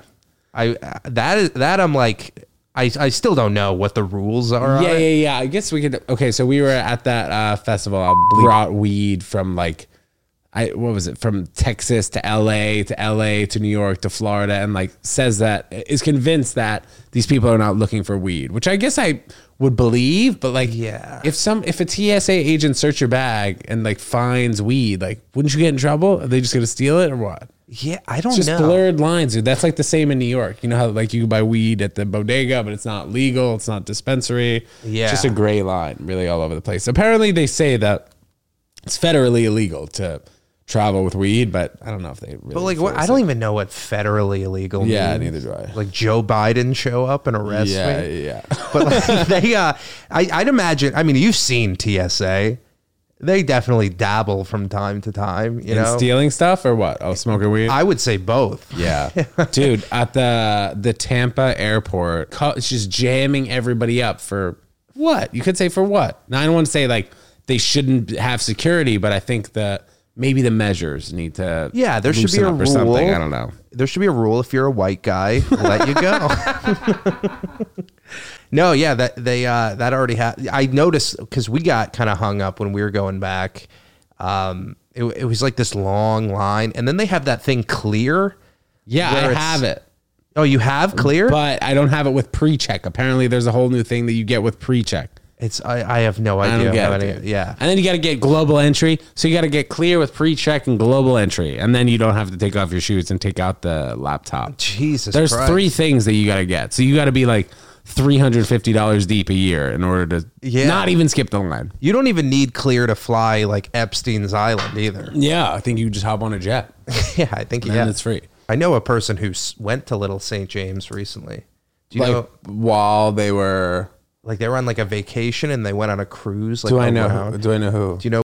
A: I uh, that is that I'm like I I still don't know what the rules are.
B: Yeah,
A: on it.
B: yeah, yeah. I guess we could. Okay, so we were at that uh, festival. I brought weed from like, I what was it? From Texas to L.A. to L.A. to New York to Florida, and like says that is convinced that these people are not looking for weed, which I guess I would believe. But like,
A: Yeah.
B: if some if a TSA agent search your bag and like finds weed, like wouldn't you get in trouble? Are they just gonna steal it or what?
A: Yeah, I don't
B: Just
A: know.
B: blurred lines, dude. That's like the same in New York. You know how like you can buy weed at the bodega, but it's not legal. It's not dispensary.
A: Yeah.
B: It's just a gray line, really, all over the place. Apparently, they say that it's federally illegal to travel with weed, but I don't know if they. Really
A: But like, what, I don't even know what federally illegal.
B: Yeah,
A: means.
B: neither do I.
A: Like Joe Biden show up and arrest
B: Yeah,
A: me.
B: yeah.
A: But like, they, uh, I, I'd imagine. I mean, you've seen TSA. They definitely dabble from time to time. You
B: And
A: know,
B: stealing stuff or what? Oh, smoking weed.
A: I would say both.
B: Yeah, dude, at the the Tampa airport, co- it's just jamming everybody up for what? You could say for what? Now I don't want to say like they shouldn't have security, but I think that maybe the measures need to
A: Yeah, there should be
B: loosen
A: a
B: up or something.
A: rule.
B: I don't know.
A: there should be a rule if you're a white guy, let you go. no, yeah, that they uh, that already had. I noticed because we got kind of hung up when we were going back. Um, it, it was like this long line, and then they have that thing clear.
B: Yeah,
A: Where
B: I
A: it's-
B: have it,
A: Oh, you have clear?
B: but I don't have it with pre-check. Apparently, there's a whole new thing that you get with pre-check.
A: it's I, I have no
B: I
A: idea.
B: don't
A: how
B: get
A: many-
B: it. dude.
A: yeah,
B: and then you got to get global entry, so you got to get clear with pre-check and global entry, and then you don't have to take off your shoes and take out the laptop.
A: Jesus.
B: There's
A: Christ.
B: three things that you got to get. So you got to be like three hundred fifty dollars deep a year in order to
A: Yeah.
B: not even skip the line.
A: You don't even need clear to fly like Epstein's Island either.
B: Yeah, I think you just hop on a jet
A: yeah, I think
B: and
A: yeah.
B: it's free.
A: I know a person who s- went to Little St. James recently. Do you
B: like
A: know?
B: while they were,
A: like they were on like a vacation and they went on a cruise. Like
B: do I know?
A: around-
B: Who, Oh, do I know who?
A: Do you know?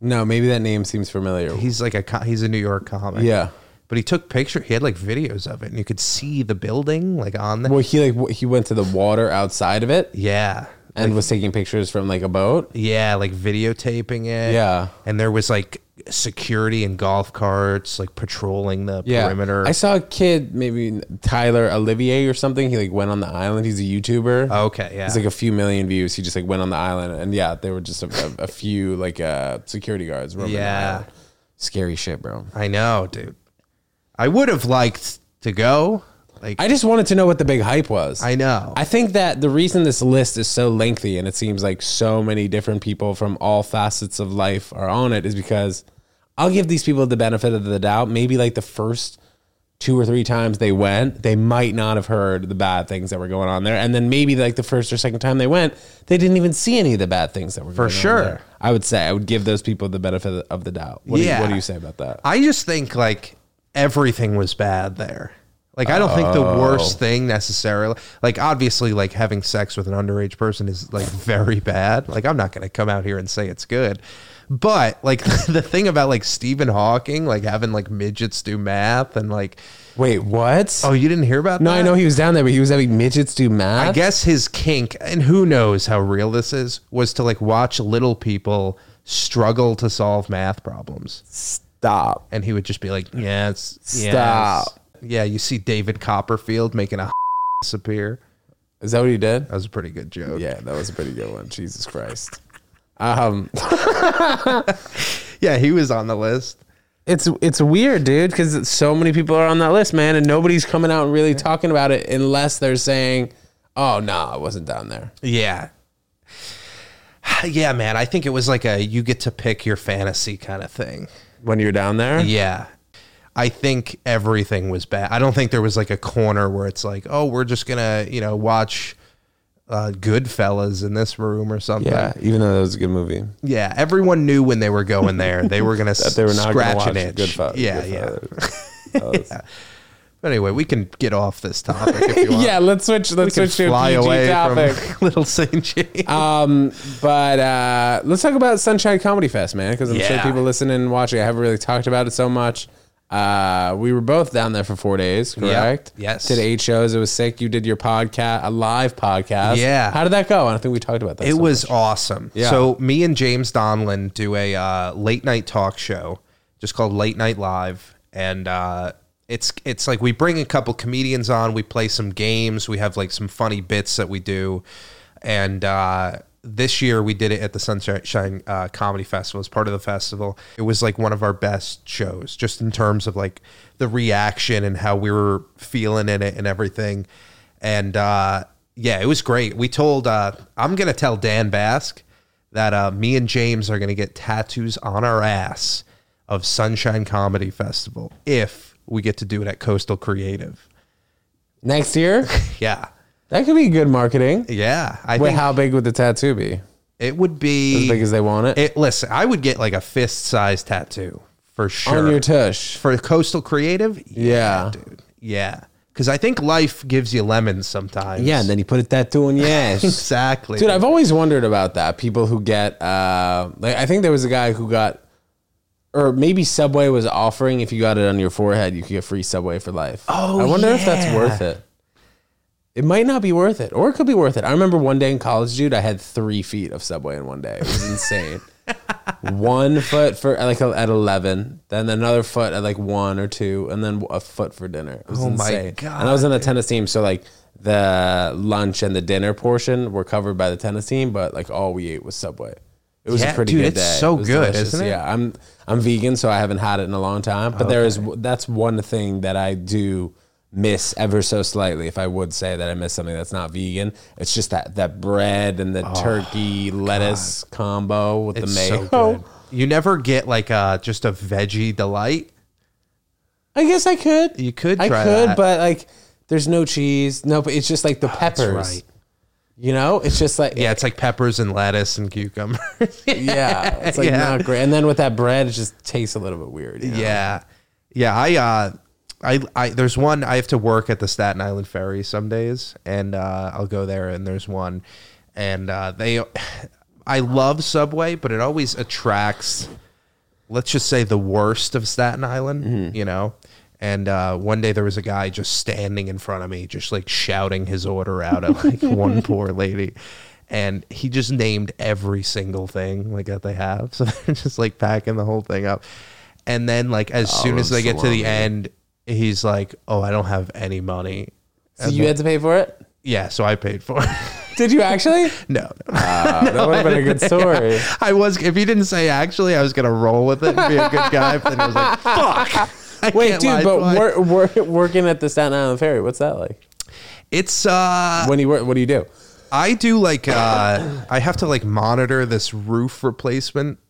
B: No, maybe that name seems familiar.
A: He's like a co- he's a New York comic.
B: Yeah.
A: but he took picture. He had like videos of it, and you could see the building like on the.
B: Well, he like w- he went to the water outside of it
A: yeah,
B: and was taking pictures from like a boat.
A: yeah, like videotaping it.
B: Yeah.
A: and there was like security and golf carts like patrolling the
B: Yeah.
A: perimeter.
B: I saw a kid, maybe Tyler Olivier or something. He like went on the island. He's a YouTuber.
A: Oh, okay, yeah,
B: It's like a few million views. He just like went on the island, and yeah, there were just a, a, a few like uh, security guards. roaming the
A: Yeah.
B: island. scary shit, bro.
A: I know, dude. I would have liked to go. Like
B: I just wanted to know what the big hype was.
A: I know.
B: I think that the reason this list is so lengthy and it seems like so many different people from all facets of life are on it is because I'll give these people the benefit of the doubt. Maybe like the first two or three times they went, they might not have heard the bad things that were going on there. And then maybe like the first or second time they went, they didn't even see any of the bad things that were going on.
A: sure.
B: there. I would say I would give those people the benefit of the doubt. What, do,
A: Yeah.
B: you, what do you say about that?
A: I just think like everything was bad there. Like I don't think
B: Oh.
A: the worst thing necessarily. Like obviously, like having sex with an underage person is like very bad. Like I'm not gonna come out here and say it's good, but like the thing about like Stephen Hawking, like having like midgets do math and like
B: Wait, what?
A: oh you didn't hear about
B: no,
A: that?
B: I know he was down there, but he was having midgets do math.
A: I guess his kink, and who knows how real this is, was to like watch little people struggle to solve math problems.
B: Stop.
A: and he would just be like, "Yes,
B: Stop.
A: yes." Yeah, you see David Copperfield making a appear.
B: Is that what he did?
A: That was a pretty good joke.
B: Yeah, that was a pretty good one. Jesus Christ. Um,
A: yeah, he was on the list.
B: it's it's weird, dude, because so many people are on that list, man, and nobody's coming out and really talking about it unless they're saying, "Oh no, I wasn't down there."
A: Yeah, yeah, man. I think it was like a you get to pick your fantasy kind of thing.
B: When you're down there,
A: Yeah. I think everything was bad. I don't think there was like a corner where it's like, oh, we're just gonna, you know, watch uh, Goodfellas in this room or something.
B: Yeah, even though that was a good movie.
A: Yeah, everyone knew when they were going there, they were gonna
B: That they were not going
A: scratch
B: to watch
A: an itch.
B: Goodfellas.
A: yeah, yeah.
B: Goodfellas.
A: But anyway, we can get off this topic if you want.
B: yeah, let's switch. Let's
A: can
B: switch to
A: fly
B: a PG
A: away
B: topic.
A: from Little Saint James.
B: Um, but uh, let's talk about Sunshine Comedy Fest, man, because I'm sure
A: Yeah.
B: people listening and watching. I haven't really talked about it so much. Uh, we were both down there for four days, correct?
A: Yes.
B: Did eight shows. It was sick. You did your podcast, a live podcast.
A: Yeah.
B: How did that go? I don't think we talked about that.
A: It
B: so
A: was awesome.
B: Yeah.
A: So me and James Donlin do a uh, late night talk show, just called Late Night Live, and uh, it's it's like we bring a couple comedians on, we play some games, we have like some funny bits that we do, and uh, this year we did it at the Sunshine uh, Comedy Festival as part of the festival. It was like one of our best shows, just in terms of like the reaction and how we were feeling in it and everything and uh, yeah, it was great. We told uh, I'm gonna tell Dan Bask that uh, me and James are gonna get tattoos on our ass of Sunshine Comedy Festival if we get to do it at Coastal Creative.
B: next year.
A: Yeah,
B: That could be good marketing.
A: yeah. I
B: Wait,
A: think
B: how big would the tattoo be?
A: it would be
B: As big as they want it.
A: it. Listen, I would get like a fist size tattoo for sure
B: On your tush.
A: for Coastal Creative.
B: Yeah.
A: dude. Yeah, because I think life gives you lemons sometimes.
B: Yeah, and then you put a tattoo on your ass.
A: exactly,
B: Dude, I've always wondered about that. People who get, uh, like, I think there was a guy who got, or maybe Subway was offering if you got it on your forehead, you could get free Subway for life.
A: Oh,
B: I wonder if that's
A: yeah.
B: worth it. It might not be worth it, or it could be worth it. I remember one day in college, dude, I had three feet of Subway in one day. It was insane. one foot for like at eleven, then another foot at like one or two, and then a foot for dinner. It was
A: Oh my
B: insane.
A: God.
B: And I was on the tennis team, so like the lunch and the dinner portion were covered by the tennis team, but like all we ate was Subway. It was
A: Yeah,
B: a pretty
A: dude,
B: good
A: it's
B: day.
A: so
B: It was
A: good,
B: delicious.
A: isn't it?
B: Yeah, I'm I'm vegan, so I haven't had it in a long time. But there is that's one thing that I do miss ever so slightly. If I would say that I miss something that's not vegan, it's just that that bread and the turkey lettuce combo with the
A: Oh, It's
B: mayo.
A: so good. You never get like a just a veggie delight.
B: I guess I could.
A: You could
B: I
A: try
B: could,
A: that. Ah,
B: but like, there's no cheese. No, but it's just like the peppers.
A: right.
B: You know, it's just like
A: Yeah, it's like peppers and lettuce and cucumber.
B: yeah, it's like
A: Yeah.
B: not great. And then with that bread, it just tastes a little bit weird. you know?
A: yeah, yeah. I uh, I I there's one I have to work at the Staten Island Ferry some days, and uh, I'll go there and there's one, and uh, they, I love Subway, but it always attracts. let's just say the worst of Staten Island,
B: Mm-hmm.
A: you know. And uh, one day there was a guy just standing in front of me, just like shouting his order out at like one poor lady. And he just named every single thing like that they have. So they're just like packing the whole thing up. And then like as
B: Oh,
A: soon as they get to the end, he's like, "Oh, I don't have any money."
B: So you had to pay for it?
A: Yeah, so I paid for it.
B: Did you actually?
A: no, no.
B: Uh, that would have been a good story.
A: I was if he didn't say actually, I was gonna roll with it and be a good guy. But then I was like, "Fuck." I
B: Wait,
A: can't lie
B: dude,
A: twice.
B: but wor- wor- working at the Staten Island Ferry, what's that like?
A: It's uh
B: When you work, what do you do?
A: I do like uh I have to like monitor this roof replacement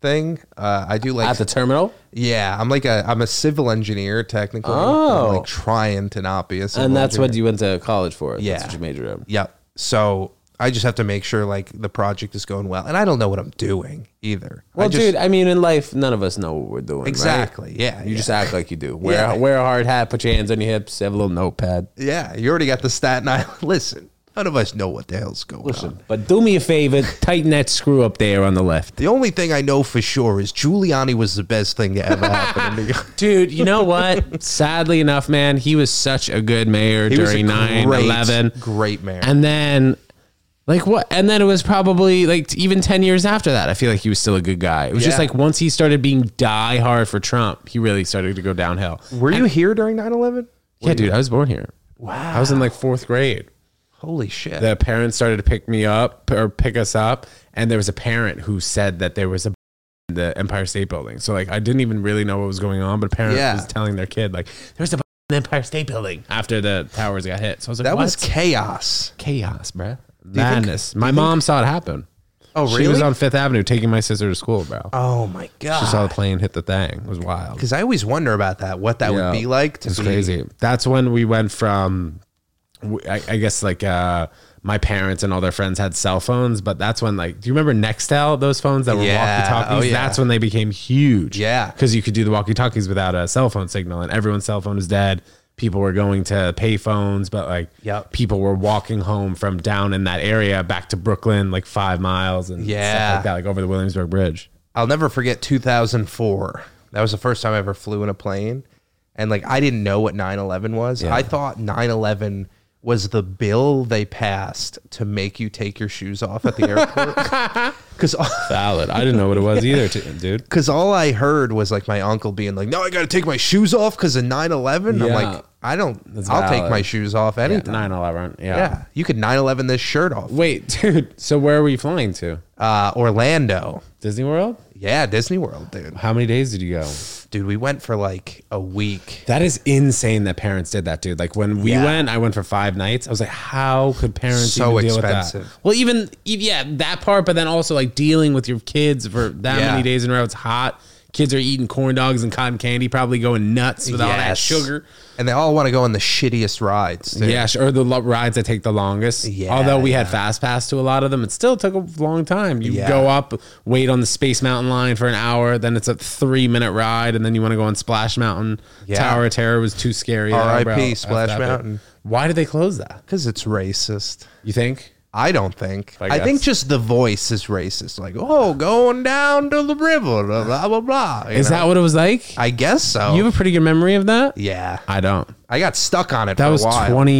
A: thing. Uh I do
B: At
A: like
B: the terminal,
A: yeah, I'm like a I'm a civil engineer technically. and
B: Oh.
A: I'm like trying to not be a civil
B: and that's
A: engineer.
B: what you went to college for.
A: Yeah.
B: that's what you majored in.
A: Yep. So I just have to make sure like the project is going well. And I don't know what I'm doing either. I
B: Well,
A: just,
B: dude, I mean, in life, none of us know what we're doing. right?
A: Exactly. Yeah.
B: You
A: yeah.
B: just act like you do. Wear
A: Yeah.
B: wear a hard hat, put your hands on your hips, have a little notepad.
A: Yeah, you already got the Staten Island. Listen, none of us know what the hell's going on.
B: But do me a favor, tighten that screw up there on the left.
A: The only thing I know for sure is Giuliani was the best thing to ever happen to New York.
B: Dude, you know what? Sadly enough, man, he was such a good mayor
A: He was a
B: during 9
A: great,
B: 11.
A: Great mayor.
B: And then, like, what? And then it was probably like t- even 10 years after that. I feel like he was still a good guy. It was just
A: Yeah.
B: like once he started being die hard for Trump, he really started to go downhill.
A: Were you here during 9 11?
B: Yeah, dude, I was born here. Wow. I was in like fourth grade.
A: Holy shit.
B: the parents started to pick me up or pick us up and there was a parent who said that there was a in the empire state building so like i didn't even really know what was going on but a parent
A: Yeah.
B: was telling their kid like there's a in the empire state building after the towers got hit so i was like
A: that
B: that
A: was chaos.
B: chaos bruh
A: you think-
B: madness my mom saw it happen
A: Oh,
B: she was on fifth avenue taking my sister to school bro
A: oh, my
B: she saw
A: God.
B: the plane hit the thing it was wild
A: Because I always wonder about that, what that
B: Yeah.
A: would be like to
B: it's
A: be.
B: crazy. That's when we went from, w- I, I guess, like uh, my parents and all their friends had cell phones, but that's when like, do you remember Nextel? Those phones that were
A: Yeah.
B: walkie-talkies.
A: Oh, yeah.
B: That's when they became huge.
A: Yeah.
B: because you could do the walkie-talkies without a cell phone signal, and everyone's cell phone is dead. People were going to pay phones, but like
A: Yep.
B: people were walking home from down in that area back to Brooklyn, like five miles and
A: Yeah.
B: stuff like that, like over the Williamsburg Bridge.
A: I'll never forget 2004. That was the first time I ever flew in a plane. And like, I didn't know what 9 11 was. I thought 9 11 was the bill they passed to make you take your shoes off at the airport. Because
B: Valid. I didn't know what it was either, t- dude.
A: Because all I heard was like my uncle being like, no, I got to take my shoes off because of 9 11. I'm
B: Yeah.
A: like, I don't,
B: That's
A: I'll take
B: valid.
A: my shoes off anytime.
B: 9 11.
A: Yeah. You could 9 11 this shirt off.
B: Wait, dude. So where are we flying to?
A: Uh, Orlando.
B: Disney World?
A: Yeah. Disney World, dude.
B: How many days did you go?
A: Dude, we went for like a week.
B: That is insane that parents did that, dude. Like when we
A: Yeah.
B: went, I went for five nights. I was like, how could parents
A: So
B: even deal with
A: expensive.
B: that? Well, even ev- yeah, that part, but then also like dealing with your kids for that
A: Yeah.
B: many days in a row. It's hot. Kids are eating corn dogs and cotton candy, probably going nuts with all that
A: Yes.
B: sugar.
A: And they all want to go on the shittiest rides. dude.
B: Yeah, sure. Or the lo- rides that take the longest.
A: Yeah,
B: Although we had fast pass to a lot of them, it still took a long time. You
A: Yeah.
B: go up, wait on the Space Mountain line for an hour, then it's a three minute ride, and then you want to go on Splash Mountain.
A: Yeah.
B: Tower of Terror was too scary. though,
A: R.I.P.
B: bro. F
A: Splash
B: that bit.
A: Mountain.
B: Why did they close that?
A: Because it's racist.
B: You think?
A: I don't think.
B: I
A: I, think
B: guess.
A: just the voice is racist. Like, oh, going down to the river, blah, blah, blah. blah you
B: Is
A: know?
B: that what it was like?
A: I guess so.
B: you have a pretty good memory of that.
A: yeah.
B: I don't.
A: I got stuck on it
B: That
A: for
B: was
A: a while.
B: 20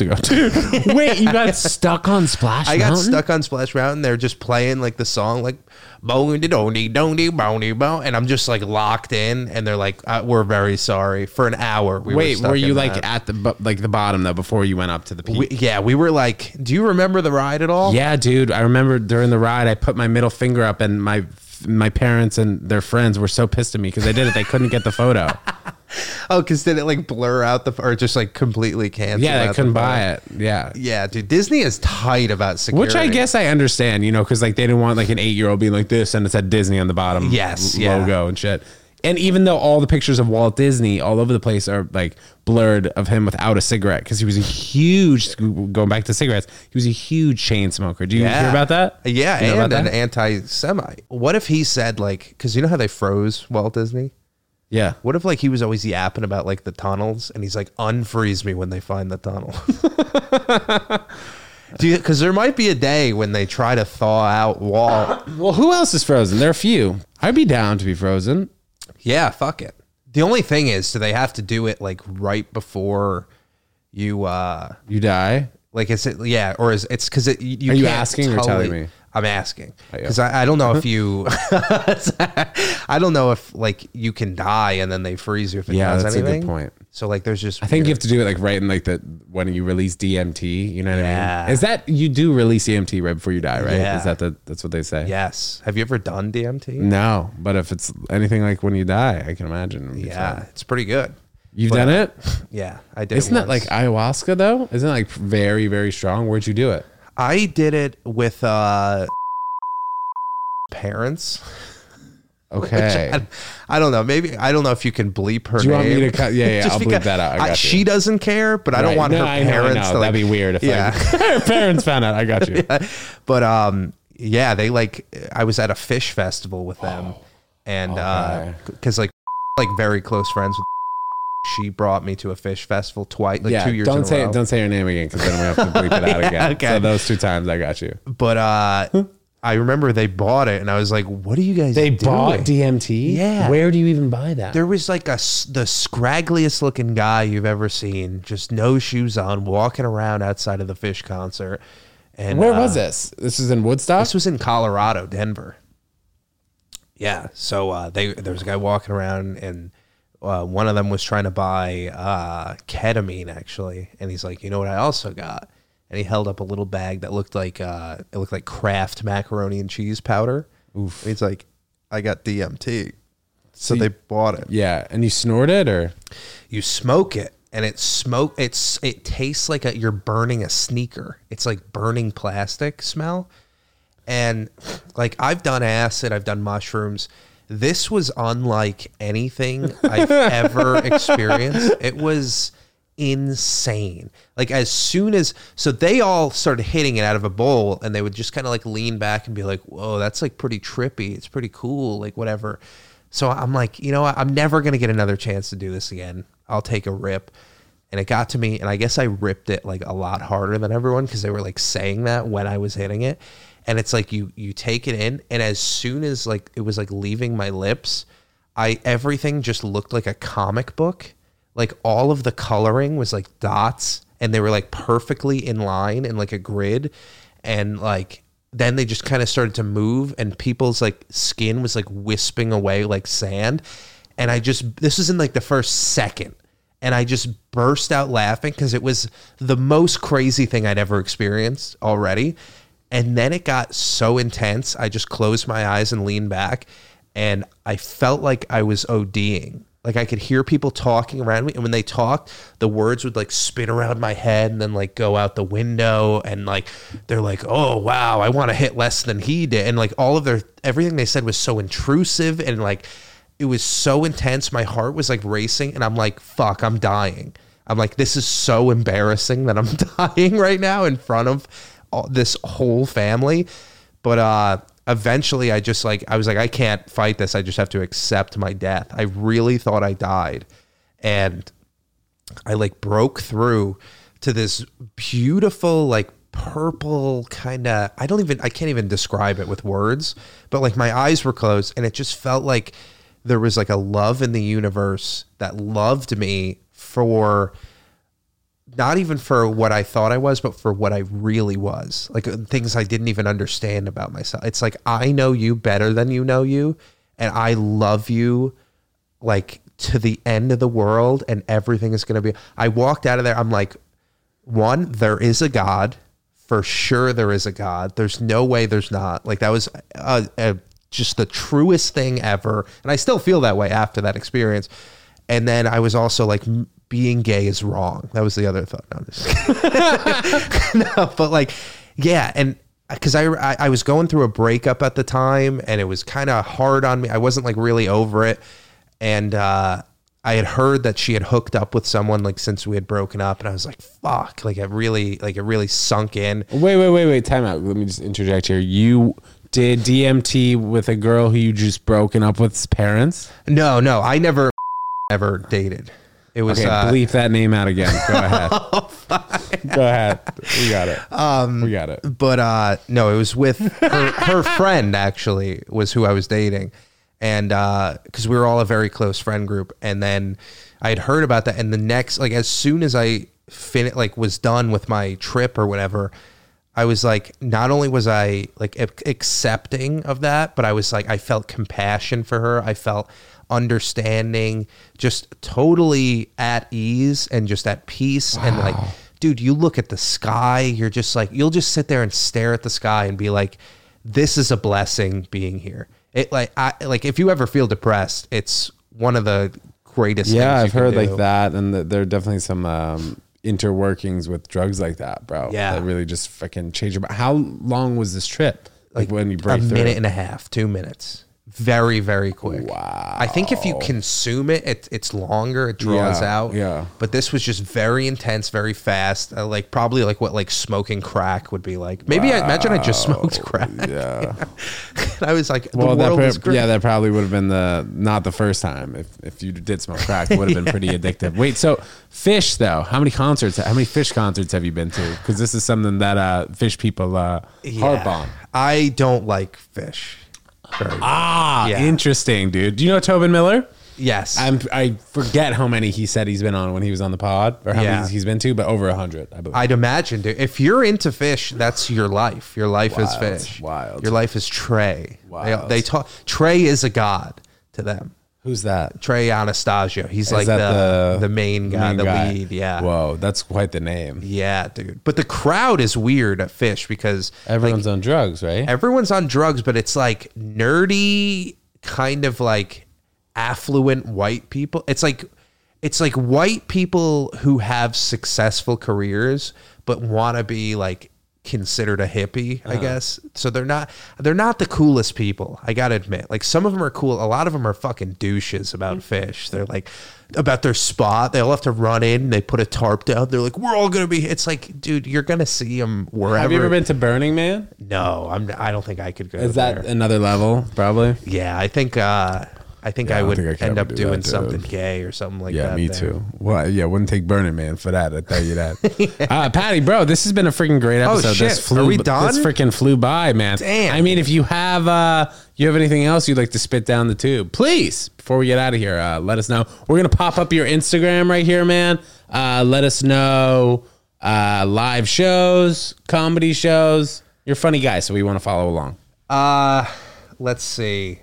B: ago, dude. Wait, you got stuck on Splash
A: I got
B: Mountain?
A: stuck on Splash Mountain. They're just playing like the song, like bony dony dony bony bo, and I'm just like locked in. And they're like, uh, "We're very sorry." For an hour, we
B: Wait,
A: stuck
B: were you
A: in
B: like
A: that.
B: at the bu- like the bottom though before you went up to the peak?
A: We- yeah, we were like, "Do you remember the ride at all?"
B: Yeah, dude. I remember during the ride, I put my middle finger up, and my my parents and their friends were so pissed at me because I did it. They couldn't get the photo.
A: Oh, because did it like blur out the or just like completely cancel?
B: Yeah,
A: out
B: they
A: the
B: couldn't
A: photo?
B: buy it. Yeah.
A: Yeah, dude, Disney is tight about security.
B: Which I guess I understand, you know, because like they didn't want like an eight year old being like this, and it said Disney on the bottom,
A: Yes,
B: l-
A: yeah.
B: logo and shit. And even though all the pictures of Walt Disney all over the place are like blurred of him without a cigarette, because he was a huge going back to cigarettes, he was a huge chain smoker. Do you
A: Yeah.
B: hear about that?
A: Yeah,
B: You know
A: and
B: about
A: an
B: that?
A: anti-Semite. What if he said like, because you know how they froze Walt Disney?
B: yeah.
A: What if like he was always yapping about like the tunnels, and he's like, "Unfreeze me when they find the tunnel." Because there might be a day when they try to thaw out Walt.
B: Well, who else is frozen? There are a few. I'd be down to be frozen.
A: yeah, fuck it. The only thing is, do they have to do it like right before you? uh
B: You die.
A: Like, is it yeah, or is it's because it? You,
B: Are you
A: can't
B: asking or telling me? Oh,
A: I'm asking
B: yeah. Uh-huh.
A: because I, I don't know if you, I don't know if like you can die and then they freeze you if it
B: Yeah,
A: does
B: that's a good
A: anything.
B: point.
A: So like, there's just
B: I think you have to do it like right in like the when you release DMT. You know what I
A: Yeah.
B: mean? Is that you do release DMT right before you die? Right?
A: Yeah.
B: Is that the that's what they say?
A: Yes. Have you ever done DMT?
B: No, but if it's anything like when you die, I can imagine. it'd be
A: Yeah,
B: fun.
A: it's pretty good.
B: You've
A: But-
B: done it.
A: Yeah, I did.
B: Isn't
A: it
B: that like
A: once.
B: ayahuasca though? Isn't it like very very strong? Where'd you do it?
A: I did it with uh parents?
B: Okay.
A: I, I don't know. Maybe I don't know if you can bleep her
B: Do you
A: name.
B: want me to cut? Yeah, yeah.
A: Just
B: I'll bleep
A: because
B: that out. I
A: I-
B: got you.
A: she doesn't care, but I don't
B: Right.
A: want
B: No,
A: her
B: I know, I
A: parents
B: know.
A: to like
B: That'd be weird if
A: Yeah.
B: like, her parents found out. I got you.
A: but um yeah they like i was at a fish festival with them and uh
B: Oh. Okay.
A: because like like very close friends with she brought me to a fish festival twice like two years
B: Don't
A: in a
B: say
A: row.
B: don't say your name again because then we have to bleep it out
A: Yeah,
B: again.
A: okay.
B: So those two times I got you.
A: but uh i remember they bought it and i was like what are you guys doing?
B: DMT.
A: Yeah.
B: Where do you even buy that?
A: there was like a s- the scraggliest looking guy you've ever seen just no shoes on walking around outside of the fish concert and
B: Where
A: uh,
B: was this? This is in Woodstock.
A: This was in Colorado, Denver. Yeah. So uh, they there was a guy walking around, and uh, one of them was trying to buy uh, ketamine, actually. And he's like, "You know what? I also got." And he held up a little bag that looked like uh, it looked like Kraft macaroni and cheese powder. Oof. He's like, "I got DMT." So they bought it.
B: yeah, and you snorted or
A: You smoke it, and it smoke. It's it tastes like a, you're burning a sneaker. It's like burning plastic smell. And like I've done acid, I've done mushrooms. This was unlike anything I've ever experienced. It was insane. Like as soon as so they all started hitting it out of a bowl and they would just kind of like lean back and be like, "Whoa, that's like pretty trippy. It's pretty cool, like whatever." So I'm like, "You know, what? I'm never going to get another chance to do this again. I'll take a rip." And it got to me and I guess I ripped it like a lot harder than everyone cuz they were like saying that when I was hitting it. And it's like you you take it in and as soon as like it was like leaving my lips, I everything just looked like a comic book. Like all of the coloring was like dots and they were like perfectly in line in like a grid and like then they just kind of started to move and people's like skin was like wisping away like sand and I just this was in like the first second and I just burst out laughing because it was the most crazy thing I'd ever experienced already. And then it got so intense, I just closed my eyes and leaned back, and I felt like I was ODing. Like I could hear people talking around me, and when they talked, the words would like spin around my head and then like go out the window, and like they're like, "Oh wow, I want to hit less than he did," and like all of their everything they said was so intrusive and like it was so intense. My heart was like racing, and I'm like, fuck, I'm dying. I'm like, this is so embarrassing that I'm dying right now in front of all, this whole family. But uh, eventually, I just like, I was like, I can't fight this. I just have to accept my death. I really thought I died. And I like broke through to this beautiful, like purple kind of, I don't even, I can't even describe it with words, but like my eyes were closed and it just felt like there was like a love in the universe that loved me for not even for what I thought I was, but for what I really was. Like uh, things I didn't even understand about myself. It's like I know you better than you know you, and I love you like to the end of the world, and everything is going to be. I walked out of there. I'm like, one, there is a God. For sure, there is a God. There's no way there's not. Like, that was uh uh just the truest thing ever. And I still feel that way after that experience. And then I was also like, m- being gay is wrong. That was the other thought. No, I'm just no, but like, yeah, and because I, I I was going through a breakup at the time, and it was kind of hard on me. I wasn't like really over it, and uh, I had heard that she had hooked up with someone like since we had broken up, and I was like, fuck, like it really like it really sunk in.
B: Wait, wait, wait, wait. Time out. Let me just interject here. You did DMT with a girl who you just broken up with's parents.
A: No, no, I never ever dated. It was
B: Okay,
A: uh,
B: bleep that name out again. Go ahead.
A: Oh,
B: Go ahead. We got it. Um, we got it.
A: but uh no it was with her, her friend actually was who i was dating and uh because we were all a very close friend group and then i had heard about that and the next like as soon as i fin like was done with my trip or whatever i was like not only was i like ac- accepting of that but i was like i felt compassion for her i felt understanding just totally at ease and just at peace and like dude, you look at the sky, you're just like, you'll just sit there and stare at the sky and be like, this is a blessing being here. It like, I like if you ever feel depressed, it's one of the greatest.
B: Yeah,
A: things you
B: I've
A: can
B: heard
A: do.
B: like that, and th there are definitely some um, interworkings with drugs like that, bro.
A: Yeah.
B: that really just fucking change your. mi- How long was this trip? Like, when you
A: A
B: break through?
A: minute and a half, two minutes. Very, very quick.
B: Wow.
A: I think if you consume it, it it's longer, it draws
B: Yeah,
A: out.
B: yeah.
A: But this was just very intense, very fast. Uh, like probably like what like smoking crack would be like. Maybe I imagine I just smoked crack.
B: Yeah.
A: And I was like, the
B: Well, that
A: world is
B: prob-
A: great.
B: yeah, that probably would have been the not the first time. If if you did smoke crack, it would have been pretty addictive. Wait, so fish though? How many concerts? How many fish concerts have you been to? Because this is something that uh, fish people uh, harp
A: Yeah.
B: on.
A: I don't like fish. Very
B: Ah,
A: Yeah.
B: interesting, dude. Do you know Tobin Miller?
A: yes.
B: I'm, I forget how many he said he's been on when he was on the pod, or how
A: Yeah.
B: many he's been to, but over a hundred, I believe.
A: I'd imagine, dude. If you're into fish, that's your life. Your life is
B: Wild,
A: fish.
B: wild.
A: Your life is Trey. They,
B: Wild.
A: they talk. Trey is a god to them.
B: Who's that?
A: Trey Anastasio. He's like the,
B: that
A: the
B: the-
A: main guy,
B: Main
A: the
B: guy.
A: lead. Yeah.
B: Whoa, that's quite the name.
A: Yeah, dude. But the crowd is weird at fish because
B: Everyone's on drugs, right?
A: everyone's on drugs, but it's like nerdy, kind of like affluent white people. It's like it's like white people who have successful careers but want to be like considered a hippie,
B: Uh-huh.
A: I guess. So they're not they're not the coolest people. I gotta admit, like some of them are cool. A lot of them are fucking douches
B: Mm.
A: about fish. They're like about their spot. They all have to run in. They put a tarp down. They're like, we're all gonna be. It's like, dude, you're gonna see them wherever.
B: Have you ever been to Burning Man?
A: No, I'm. I don't think I could go.
B: Is that
A: there.
B: another level? Probably.
A: Yeah, I think. uh I think I
D: don't
A: would
D: think I could
A: end
D: ever
A: up
D: do that,
A: doing
D: dude.
A: something gay or something like that.
D: Yeah, me
A: there.
D: too. Well, yeah, wouldn't take Burning Man for that. I tell you that.
B: Uh, Patty, bro, this has been a freaking great episode.
A: Oh, shit.
B: This flew,
A: Are we
B: this
A: done?
B: freaking flew by, man.
A: Damn.
B: I mean, if you have uh, you have anything else you'd like to spit down the tube, please before we get out of here, uh, let us know. We're gonna pop up your Instagram right here, man. Uh, let us know uh, live shows, comedy shows. You're a funny guy, so we want to follow along.
A: Uh, let's see.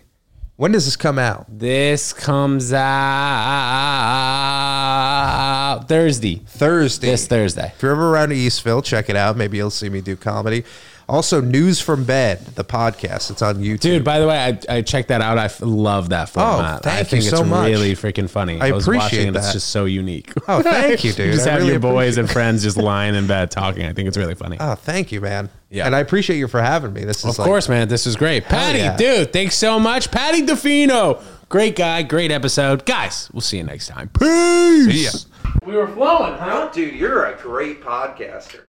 A: When does this come out?
B: This comes out Thursday.
A: Thursday.
B: This Thursday.
A: If you're ever around Eastville, check it out. Maybe you'll see me do comedy. Also, News from Bed, the podcast. It's on YouTube.
B: Dude, by the way, I, I checked that out. I f- love that format.
A: Oh, thank
B: I
A: you
B: think
A: so
B: it's
A: much.
B: really freaking funny.
A: I
B: was watching
A: appreciate
B: it, It's
A: that.
B: just so unique.
A: Oh, thank you, dude.
B: just
A: I
B: have
A: really
B: your boys and friends just lying in bed talking. I think it's really funny.
A: Oh, thank you, man.
B: Yeah.
A: And I appreciate you for having me. This is
B: of course, man. This is great. Patty,
A: yeah.
B: dude, thanks so much. Patty DeFino. Great guy. Great episode. Guys, we'll see you next time. Peace.
C: We were flowing, huh?
A: Dude, you're a great podcaster.